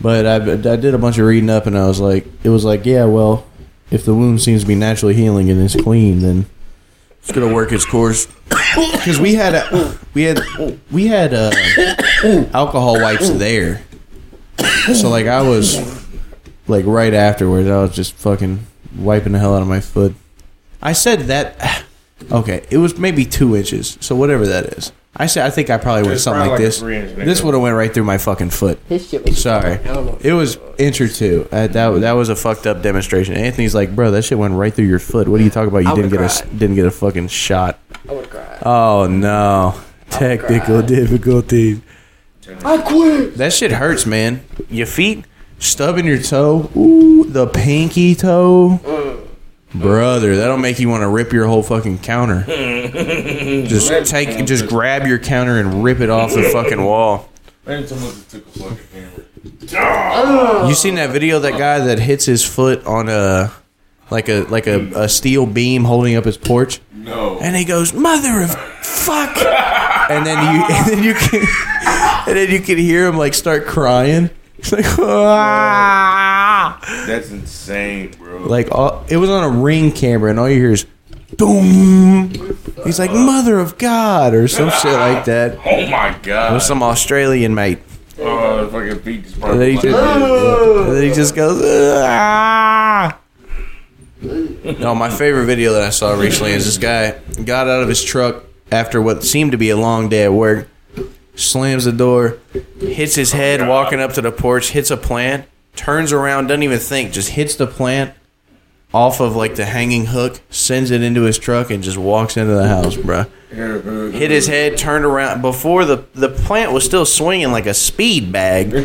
Speaker 3: But I, I did a bunch of reading up, and I was like, it was like, yeah, well, if the wound seems to be naturally healing and it's clean, then it's gonna work its course. Because we had a, we had we had uh, alcohol wipes there, so like I was like right afterwards, I was just fucking wiping the hell out of my foot. I said that. Okay, it was maybe two inches, so whatever that is. I said I think I probably would have
Speaker 2: It's
Speaker 3: something
Speaker 2: probably like
Speaker 3: like
Speaker 2: a
Speaker 3: this.
Speaker 2: three inch nail.
Speaker 3: This would have went right through my fucking foot.
Speaker 1: His shit was.
Speaker 3: Sorry,
Speaker 1: I don't know.
Speaker 3: it was inch or two. Uh, that that was a fucked up demonstration. Anthony's like, bro, that shit went right through your foot. What are you talking about? You
Speaker 1: I
Speaker 3: didn't get
Speaker 1: would've
Speaker 3: a s- didn't get a fucking shot.
Speaker 1: I would have cried.
Speaker 3: Oh no, technical difficulties.
Speaker 1: I quit.
Speaker 3: That shit hurts, man. Your feet, stubbing your toe, ooh, the pinky toe,
Speaker 1: Mm.
Speaker 3: brother. That'll make you want to rip your whole fucking counter. just take, just grab your counter and rip it off the fucking wall.
Speaker 2: Maybe someone just took a fucking camera.
Speaker 3: You seen that video? of That guy that hits his foot on a like a like a, a steel beam holding up his porch,
Speaker 2: No.
Speaker 3: and he goes, "Mother of fuck!" And then you and then you can and then you can hear him like start crying. He's like, "Ah."
Speaker 2: That's insane, bro.
Speaker 3: like all, it was on a ring camera, and all you hear is. Doom. He's like mother of God or some shit like that. It
Speaker 2: oh my god.
Speaker 3: was some Australian mate.
Speaker 2: Oh, the fucking feet just
Speaker 3: And then he
Speaker 2: like,
Speaker 3: just, and then he just goes. "Ah." No, my favorite video that I saw recently is this guy got out of his truck after what seemed to be a long day at work, slams the door, hits his head walking up to the porch, hits a plant, turns around, doesn't even think, just hits the plant off of like the hanging hook, sends it into his truck, and just walks into the house, bruh hit his head, turned around before the the plant was still swinging like a speed bag, and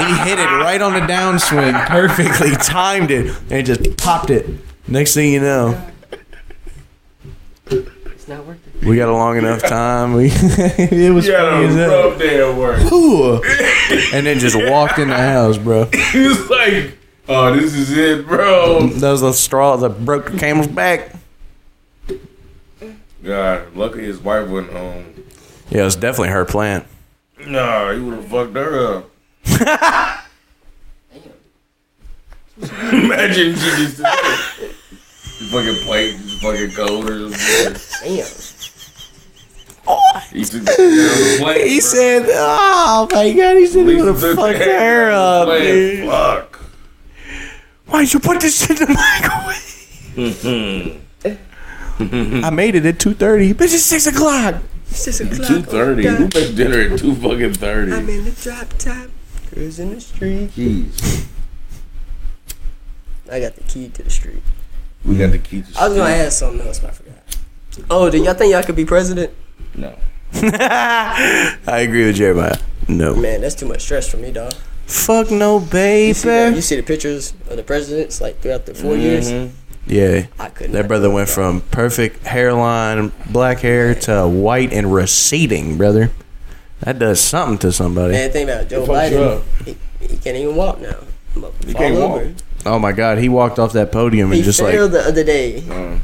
Speaker 3: he hit it right on the downswing, perfectly timed it, and just popped it. Next thing you know,
Speaker 1: It's not worth it.
Speaker 3: we got a long enough time. We it was
Speaker 2: Yeah,
Speaker 3: funny as
Speaker 2: a
Speaker 3: hell.
Speaker 2: rough day at work.
Speaker 3: Ooh. And then just walked in the house, bro.
Speaker 2: he was like, "Oh, this is it, bro."
Speaker 3: That was the straw that broke the camel's back.
Speaker 2: God, luckily his wife wasn't home.
Speaker 3: Yeah, it was definitely her plant.
Speaker 2: Nah, he would have fucked her up. Imagine she just the fucking plate just fucking cold or something.
Speaker 1: Damn.
Speaker 2: He took the plate.
Speaker 3: He
Speaker 2: bro.
Speaker 3: said, "Oh my god!" He said,
Speaker 2: At
Speaker 3: "He
Speaker 2: least
Speaker 3: would have
Speaker 2: took
Speaker 3: fucked
Speaker 2: the
Speaker 3: her up."
Speaker 2: plate.
Speaker 3: dude.
Speaker 2: Fuck.
Speaker 3: Why'd you put this in the microwave? I made it at two thirty. Bitch, it's six o'clock.
Speaker 1: It's just a clock.
Speaker 2: Two thirty. Who makes dinner at two fucking thirty?
Speaker 1: I'm in the drop top. Girls in the street.
Speaker 2: Jeez.
Speaker 1: I got the key to the street.
Speaker 2: We got the key to
Speaker 1: I was gonna ask something else, but I forgot. Oh, do y'all think y'all could be president?
Speaker 2: No.
Speaker 3: I agree with Jeremiah. No.
Speaker 1: Man, that's too much stress for me, dog.
Speaker 3: Fuck no,
Speaker 1: You
Speaker 3: baby.
Speaker 1: see, the, you see the pictures of the presidents like throughout the 4 years.
Speaker 3: Yeah.
Speaker 1: I couldn't.
Speaker 3: Mm-hmm. That brother went from perfect hairline, black hair to white and receding, brother. That does something to somebody.
Speaker 1: Man, think about it, Joe
Speaker 2: fucks you
Speaker 1: Biden.
Speaker 2: up.
Speaker 1: He, he can't even walk now. He
Speaker 2: can't walk.
Speaker 3: Oh my god, he walked off that podium and
Speaker 1: He
Speaker 3: just like
Speaker 1: failed the other day.
Speaker 2: Uh,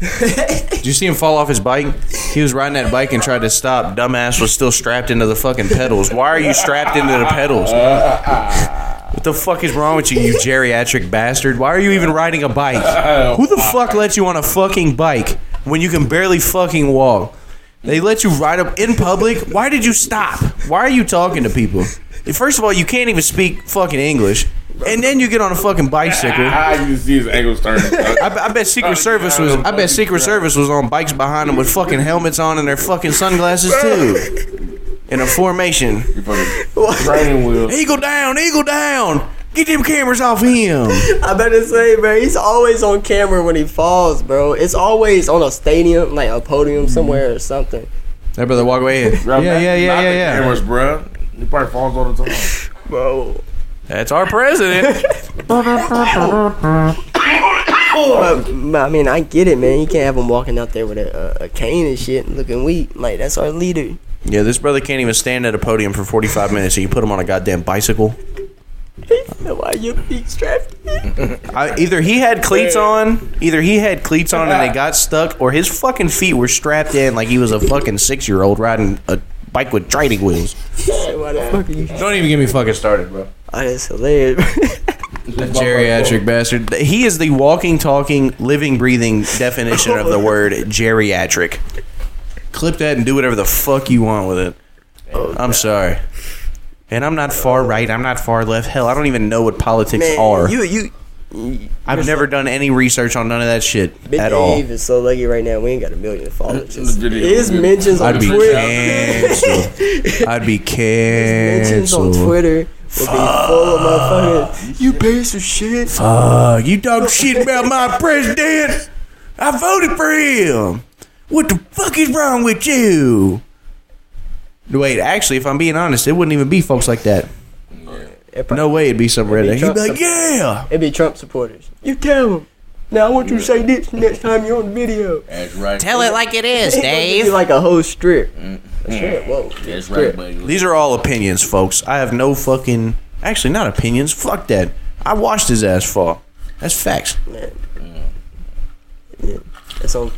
Speaker 3: Did you see him fall off his bike? He was riding that bike and tried to stop. Dumbass was still strapped into the fucking pedals. Why are you strapped into the pedals? what the fuck is wrong with you, you geriatric bastard? Why are you even riding a
Speaker 2: Uh,
Speaker 3: bike? Who the fuck let you on a fucking bike when you can barely fucking walk? They let you ride up in public. Why did you stop? Why are you talking to people? First of all, you can't even speak fucking English. And then you get on a fucking bicycle.
Speaker 2: I used to see his ankles turning.
Speaker 3: I, I bet Secret Service was. I bet Secret Service was on bikes behind them with fucking helmets on and their fucking sunglasses too, in a formation.
Speaker 2: Your fucking training wheels.
Speaker 3: Eagle down, eagle down. Get them cameras off him.
Speaker 1: I better say, bro, he's always on camera when he falls, bro. It's always on a stadium, like a podium
Speaker 3: Mm-hmm.
Speaker 1: somewhere or something.
Speaker 3: That brother walk away. in.
Speaker 2: Bro,
Speaker 3: Yeah,
Speaker 2: not-
Speaker 3: yeah, yeah,
Speaker 2: not the
Speaker 3: yeah, yeah.
Speaker 2: Cameras, bro. He probably falls all the time.
Speaker 1: Bro.
Speaker 3: That's our president.
Speaker 1: But, but, I mean, I get it, man. You can't have him walking out there with a, a, a cane and shit, looking weak. Like that's our leader.
Speaker 3: Yeah, this brother can't even stand at a podium for 45 minutes, and you put him on a goddamn bicycle.
Speaker 1: Why your feet strapped?
Speaker 3: I, either he had cleats on, either he had cleats on and they got stuck, or his fucking feet were strapped in like he was a fucking six year old riding a bike with training wheels.
Speaker 1: Why the fuck are you?
Speaker 3: Don't even get me fucking started, bro.
Speaker 1: Oh, that's hilarious.
Speaker 3: A geriatric bastard. He is the walking, talking, living, breathing definition of the word geriatric. Clip that and do whatever the fuck you want with it.
Speaker 1: Oh,
Speaker 3: I'm sorry. And I'm not far right. I'm not far left. Hell, I don't even know what politics
Speaker 1: man,
Speaker 3: are.
Speaker 1: you you
Speaker 3: I've
Speaker 1: It's
Speaker 3: never done any research on none of that shit
Speaker 1: Big
Speaker 3: at all.
Speaker 1: Dave is so lucky right now. We ain't got a million followers. Just-
Speaker 2: video.
Speaker 1: his mentions on
Speaker 3: I'd be
Speaker 1: Twitter.
Speaker 3: canceled. I'd be
Speaker 1: mentions on
Speaker 3: canceled.
Speaker 1: Twitter will be full of motherfuckers. You piece of shit.
Speaker 3: Fuck, Uh, you talk shit about my president. I voted for him. What the fuck is wrong with you? Wait, actually, if I'm being honest, it wouldn't even be folks like that.
Speaker 1: It prob-
Speaker 3: No way it'd be some redneck. He'd
Speaker 1: Trump-
Speaker 3: be like, yeah.
Speaker 1: It'd be Trump supporters. You tell him. Now I want you to say this next time you're on the video.
Speaker 2: That's right.
Speaker 4: Tell it like it is,
Speaker 1: It's gonna be
Speaker 4: Dave.
Speaker 1: like a whole strip.
Speaker 3: Mm.
Speaker 1: A strip. Whoa.
Speaker 2: That's right,
Speaker 1: Strip.
Speaker 2: buddy.
Speaker 3: These are all opinions, folks. I have no fucking. Actually, not opinions. Fuck that. I watched his ass fall. That's facts.
Speaker 1: Man. Yeah. It's on.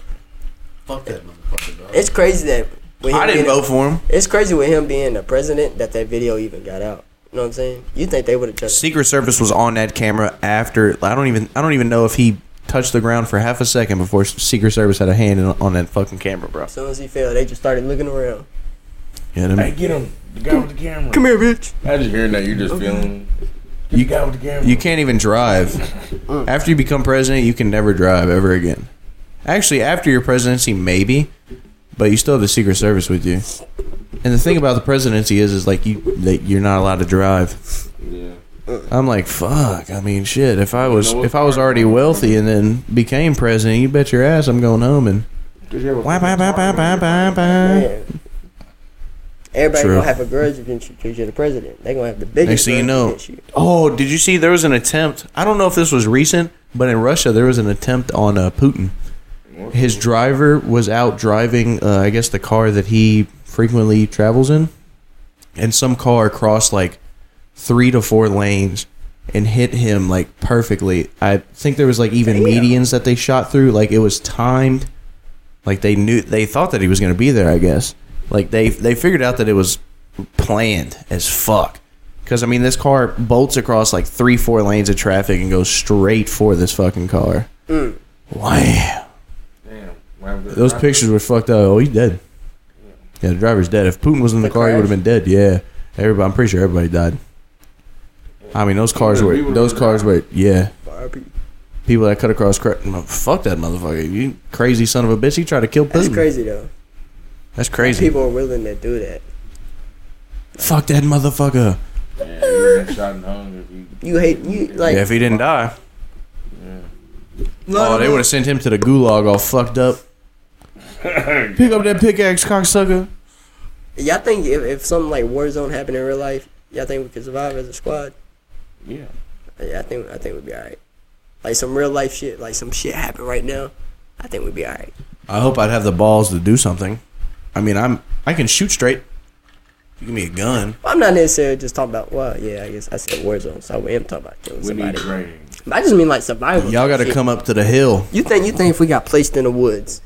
Speaker 1: It's crazy that. with him
Speaker 3: I didn't
Speaker 1: being-
Speaker 3: vote for him.
Speaker 1: It's crazy with him being the president that that video even got out. You know what I'm saying? You think they would have just
Speaker 3: Secret Service was on that camera after. I don't even. I don't even know if he touched the ground for half a second before Secret Service had a hand in, on that fucking camera, bro.
Speaker 1: As soon as he fell, they just started looking around.
Speaker 3: You know what I
Speaker 2: Hey,
Speaker 3: mean?
Speaker 2: get him. The guy with the camera.
Speaker 1: Come here, bitch.
Speaker 2: I just hearing that. You're just feeling. Get the guy with the camera.
Speaker 3: You can't even drive. After you become president, you can never drive ever again. Actually, after your presidency, maybe, but you still have the Secret Service with you. And the thing about the presidency is, is like you that you're not allowed to drive.
Speaker 2: Yeah.
Speaker 3: I'm like, fuck. I mean, shit. If I was
Speaker 2: You know what?
Speaker 3: if I was already wealthy and then became president, you bet your ass I'm going home and.
Speaker 2: Cause you have a
Speaker 3: Wah, bah, bah, bah, bah, bah, bah.
Speaker 1: Man. Everybody
Speaker 3: True.
Speaker 1: gonna have a grudge against you because you're the president. They gonna have the biggest
Speaker 3: Next thing you
Speaker 1: grudge
Speaker 3: know,
Speaker 1: against you.
Speaker 3: oh, did you see there was an attempt? I don't know if this was recent, but in Russia there was an attempt on uh, Putin. His driver was out driving, uh, I guess, the car that he frequently travels in, and some car crossed like three to four lanes and hit him like perfectly. I think there was like even medians that they shot through. Like it was timed. Like they knew they thought that he was going to be there. I guess. Like they they figured out that it was planned as fuck. Because I mean, this car bolts across like three four lanes of traffic and goes straight for this fucking car. Wow.
Speaker 2: Damn. What happened to the
Speaker 3: Those
Speaker 2: driver?
Speaker 3: pictures were fucked up. Oh, he's dead. Yeah, the driver's dead. If Putin was in the,
Speaker 1: The
Speaker 3: car, he would
Speaker 1: crash?
Speaker 3: have been dead. Yeah, everybody. I'm pretty sure everybody died. I mean, those cars
Speaker 2: would've-
Speaker 3: were
Speaker 2: he would've
Speaker 3: those
Speaker 2: been
Speaker 3: cars
Speaker 2: dead.
Speaker 3: were yeah.
Speaker 1: Barbie.
Speaker 3: People that cut across cra- fuck that motherfucker. You crazy son of a bitch. He tried to kill Putin.
Speaker 1: That's crazy though.
Speaker 3: That's crazy.
Speaker 1: People are willing to do that.
Speaker 3: Fuck that motherfucker.
Speaker 2: Yeah, he would've been shot and hung if he-
Speaker 1: You hate you like
Speaker 3: yeah, if he didn't die,
Speaker 2: Yeah.
Speaker 3: oh, they would have sent him to the gulag all fucked up. Pick up that pickaxe, cocksucker.
Speaker 1: y'all think if, if something like Warzone happened in real life, y'all think we could survive as a squad?
Speaker 2: Yeah.
Speaker 1: I I think I think we'd be alright. Like some real life shit, like some shit happened right now. I think we'd be alright.
Speaker 3: I hope I'd have the balls to do something. I mean, I'm I can shoot straight. If you give me a gun.
Speaker 1: I'm not necessarily just talking about well, yeah, I guess I said Warzone, so I am talking about killing
Speaker 2: We need
Speaker 1: somebody.
Speaker 2: training.
Speaker 1: I just mean like survival.
Speaker 3: Y'all got to
Speaker 1: Shit.
Speaker 3: come up to the hill.
Speaker 1: You think you think if we got placed in the woods,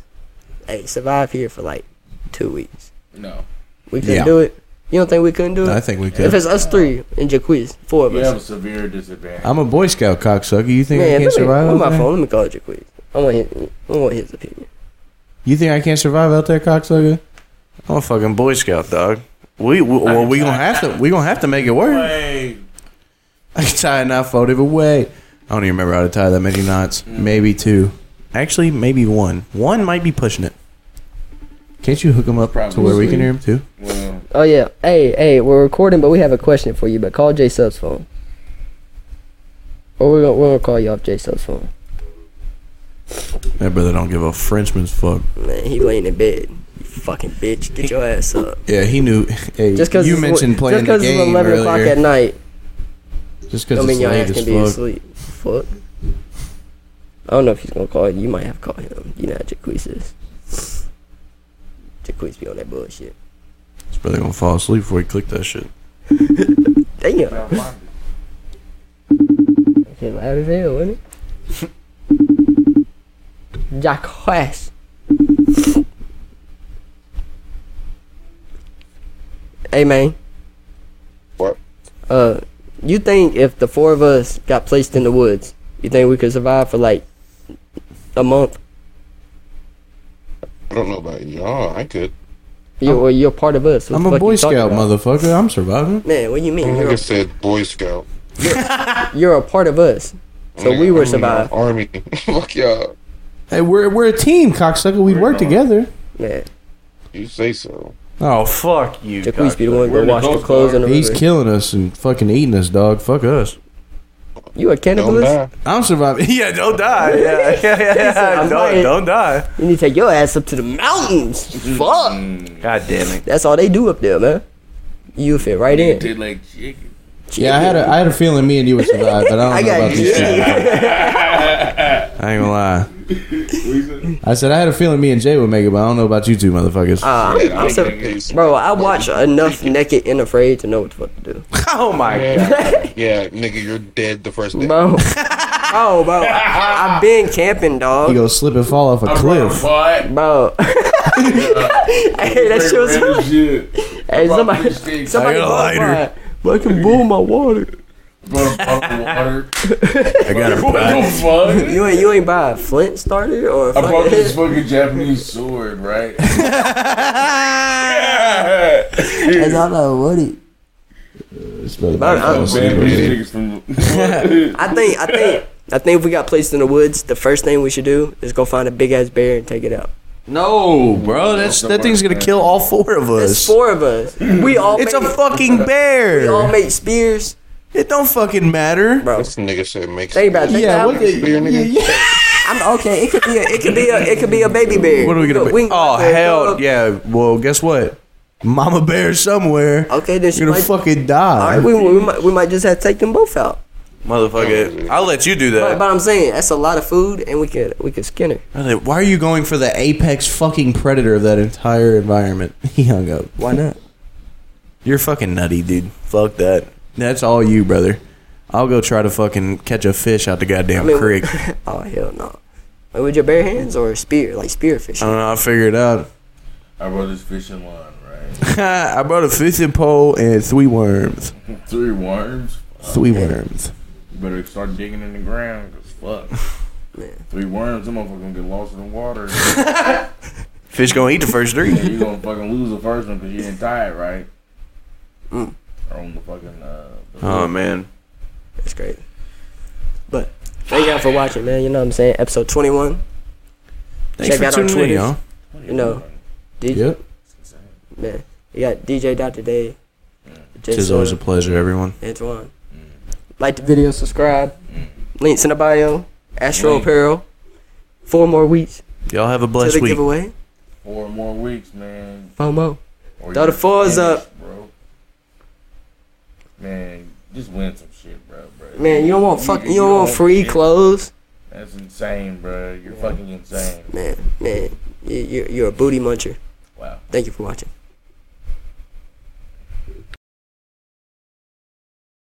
Speaker 1: hey, survive here for like two weeks,
Speaker 2: No.
Speaker 1: we couldn't
Speaker 3: Yeah.
Speaker 1: do it. You don't think we couldn't do it?
Speaker 3: I think we
Speaker 1: if
Speaker 3: could.
Speaker 1: it's us three and Jaquiz, four of
Speaker 2: You have a
Speaker 1: us.
Speaker 2: severe disadvantage.
Speaker 3: I'm a Boy Scout cocksucker. You think I
Speaker 1: Man,
Speaker 3: can't
Speaker 1: let me,
Speaker 3: survive
Speaker 1: where's
Speaker 3: out
Speaker 1: my
Speaker 3: there?
Speaker 1: phone? Let me call Jaquiz. I want his, I want his opinion.
Speaker 3: You think I can't survive out there, cocksucker? I'm a fucking Boy Scout dog. We, we well, we gonna have to we gonna have to make it work.
Speaker 2: Hey,
Speaker 3: I can tie a knot, fold it away. I don't even remember how to tie that many knots. Maybe two. Actually, maybe one. One might be pushing it. Can't you hook him up to
Speaker 2: Probably.
Speaker 3: where we can hear him too?
Speaker 2: well,
Speaker 1: Oh yeah, hey, hey, we're recording, but we have a question for you. But call J Sub's phone, or we're gonna, we're gonna call you off J Sub's phone.
Speaker 3: That brother don't give a Frenchman's fuck.
Speaker 1: Man, he laying in bed. You fucking bitch, get your ass up.
Speaker 3: Yeah, he knew. Hey,
Speaker 1: Just because
Speaker 3: you mentioned playing
Speaker 1: just 'cause
Speaker 3: the game
Speaker 1: it's eleven o'clock
Speaker 3: earlier.
Speaker 1: at night.
Speaker 3: Just
Speaker 1: I
Speaker 3: because
Speaker 1: mean,
Speaker 3: it's
Speaker 1: your
Speaker 3: late
Speaker 1: ass can
Speaker 3: as
Speaker 1: be
Speaker 3: fuck.
Speaker 1: asleep. Fuck. I don't know if he's gonna call you. You might have to call him. You know how Jaquise is. Jaquise be on that bullshit.
Speaker 3: This brother gonna fall asleep before he click that shit.
Speaker 1: Damn.
Speaker 2: I'll find it.
Speaker 1: Shit loud as hell, wasn't it? Jaquise. Hey, man.
Speaker 2: What?
Speaker 1: Uh, you think if the four of us got placed in the woods, you think we could survive for like a month?
Speaker 5: I don't know about y'all. I could.
Speaker 1: You, or you're part of us. What
Speaker 3: I'm
Speaker 1: the
Speaker 3: a
Speaker 1: fuck
Speaker 3: Boy
Speaker 1: you talking
Speaker 3: Scout,
Speaker 1: about?
Speaker 3: motherfucker. I'm surviving.
Speaker 1: Man, what do you mean?
Speaker 5: Like
Speaker 1: You're
Speaker 5: I
Speaker 1: a,
Speaker 5: said, Boy Scout.
Speaker 1: you're a part of us. So we were survived.
Speaker 5: Army. Fuck y'all.
Speaker 6: Hey, we're we're a team, cocksucker. We
Speaker 2: We're
Speaker 6: work
Speaker 2: not.
Speaker 6: together.
Speaker 1: Yeah.
Speaker 5: You say so.
Speaker 3: Oh fuck you!
Speaker 1: Jacquees be the one to
Speaker 2: We're
Speaker 1: go
Speaker 2: in the
Speaker 1: wash the
Speaker 2: Coast
Speaker 1: clothes in
Speaker 2: Guard.
Speaker 1: the
Speaker 6: He's
Speaker 1: river.
Speaker 6: killing us and fucking eating us, dog. Fuck us.
Speaker 1: You a
Speaker 5: Don't
Speaker 1: cannibalist?
Speaker 5: die.
Speaker 3: I'm surviving. Yeah, don't die. Yeah, yeah, yeah. yeah.
Speaker 1: I'm
Speaker 3: Don't,
Speaker 1: lying.
Speaker 3: don't die. Mm.
Speaker 1: You need to take your ass up to the mountains. Fuck.
Speaker 2: Mm.
Speaker 3: God damn it.
Speaker 1: That's all they do up there, man. You fit right in.
Speaker 2: Did like chicken.
Speaker 6: Yeah, I had a I had a feeling me and you would survive, but I
Speaker 1: I
Speaker 6: don't know
Speaker 1: got
Speaker 6: about these two.
Speaker 1: you.
Speaker 3: I ain't gonna lie.
Speaker 6: I said I had a feeling me and Jay would make it, but I don't know about you two motherfuckers.
Speaker 1: Ah,
Speaker 5: Yeah,
Speaker 1: I'm
Speaker 5: I'm
Speaker 1: so,
Speaker 5: thinking he's-
Speaker 1: bro, I watch enough naked and afraid to know what the fuck to do.
Speaker 3: Oh my
Speaker 5: Yeah, yeah, nigga, you're dead the first day.
Speaker 1: Bro. oh, bro. I, have been camping,
Speaker 6: you
Speaker 1: dog.
Speaker 6: go slip and fall off a cliff.
Speaker 2: But
Speaker 1: Bro. hey, that shit was. Hey, somebody, somebody
Speaker 3: I got a
Speaker 1: walk
Speaker 3: lighter.
Speaker 1: by. I can boil my water.
Speaker 2: I
Speaker 3: I got
Speaker 2: What the fuck?
Speaker 1: You ain't you ain't buy a flint starter or a
Speaker 2: I brought this
Speaker 1: fucking
Speaker 2: fucking Japanese sword, right?
Speaker 1: That's all I wanted.
Speaker 6: This brother
Speaker 1: Bro,
Speaker 6: fell
Speaker 1: I'm
Speaker 6: asleep
Speaker 2: Man,
Speaker 6: already.
Speaker 2: these niggas from.
Speaker 1: I think I think I think if we got placed in the woods, the first thing we should do is go find a big ass bear and take it out.
Speaker 3: No, bro. That's that thing's gonna kill all four of
Speaker 1: It's
Speaker 3: us.
Speaker 1: four of us. We all
Speaker 3: It's a
Speaker 1: make,
Speaker 3: fucking
Speaker 1: we all
Speaker 3: bear.
Speaker 1: make spears,
Speaker 3: It don't fucking matter.
Speaker 1: bro.
Speaker 5: This nigga said make
Speaker 1: Think about it.
Speaker 6: Yeah,
Speaker 1: Think
Speaker 6: what
Speaker 1: about it.
Speaker 6: the,
Speaker 5: Spear,
Speaker 6: yeah,
Speaker 5: nigga.
Speaker 6: yeah.
Speaker 1: I'm okay. It could be a it could be a it could be a baby bear.
Speaker 3: What are we gonna?
Speaker 1: We can
Speaker 3: Be?
Speaker 1: go
Speaker 3: Oh
Speaker 1: out there and throw
Speaker 3: hell
Speaker 1: up-
Speaker 3: yeah. Well, guess what? Mama bear somewhere.
Speaker 1: Okay, then she
Speaker 6: You're gonna
Speaker 1: might.
Speaker 6: fucking
Speaker 1: all right,
Speaker 6: die.
Speaker 1: we, we might we might just have to take them both out.
Speaker 3: Motherfucker, I'll let you do
Speaker 1: But,
Speaker 3: that.
Speaker 1: but I'm saying that's a lot of food, and we could we could skin her.
Speaker 3: Brother, Why are you going for the apex fucking predator of that entire environment? He hung up.
Speaker 1: Why not?
Speaker 3: You're fucking nutty, dude. Fuck that. That's all you, brother. I'll go try to fucking catch a fish out the goddamn
Speaker 1: I mean,
Speaker 3: creek. I
Speaker 1: oh hell no! Like, with your bare hands or a spear, like spear fishing?
Speaker 3: don't know. I'll figure it out.
Speaker 2: I brought this fishing line, right?
Speaker 3: I brought a fishing pole and three worms.
Speaker 2: Three worms.
Speaker 3: Three worms.
Speaker 2: You better start digging in the ground, cause fuck. Three worms, them motherfuckers gonna get lost in the water.
Speaker 3: Fish gonna eat the first
Speaker 2: and
Speaker 3: three.
Speaker 2: you gonna fucking lose the first one because you didn't tie it right.
Speaker 1: Mm.
Speaker 2: Or on the fucking. Uh, the
Speaker 1: Um,
Speaker 3: Oh man.
Speaker 1: That's great. But thank y'all for watching, man. You know what I'm saying? Episode 21.
Speaker 3: Thanks
Speaker 1: Check
Speaker 3: for
Speaker 1: out our
Speaker 3: tuning in,
Speaker 1: Twitters.
Speaker 3: y'all.
Speaker 1: You know, DJ,
Speaker 6: Yep.
Speaker 1: man. You got DJ Dr. Day.
Speaker 3: Tis
Speaker 1: Jason,
Speaker 3: always a pleasure, everyone.
Speaker 1: Antoine.
Speaker 2: Mm,
Speaker 1: Like the video, subscribe. Links in the bio. Astro
Speaker 2: Link.
Speaker 1: Apparel. Four more weeks
Speaker 3: Y'all have a
Speaker 1: to
Speaker 3: blessed
Speaker 1: the
Speaker 3: week.
Speaker 1: giveaway.
Speaker 2: Four more weeks, man.
Speaker 1: FOMO.
Speaker 2: Or
Speaker 1: Throw the
Speaker 2: you're
Speaker 1: fours
Speaker 2: finished,
Speaker 1: up.
Speaker 2: bro. Man, just win some shit, bro. bro.
Speaker 1: Man, you don't want fuck. You don't want
Speaker 2: don't
Speaker 1: free
Speaker 2: shit.
Speaker 1: clothes.
Speaker 2: That's insane, bro. You're fucking insane.
Speaker 1: Man, man, you- you're you're a booty muncher.
Speaker 2: Wow.
Speaker 1: Thank you for watching.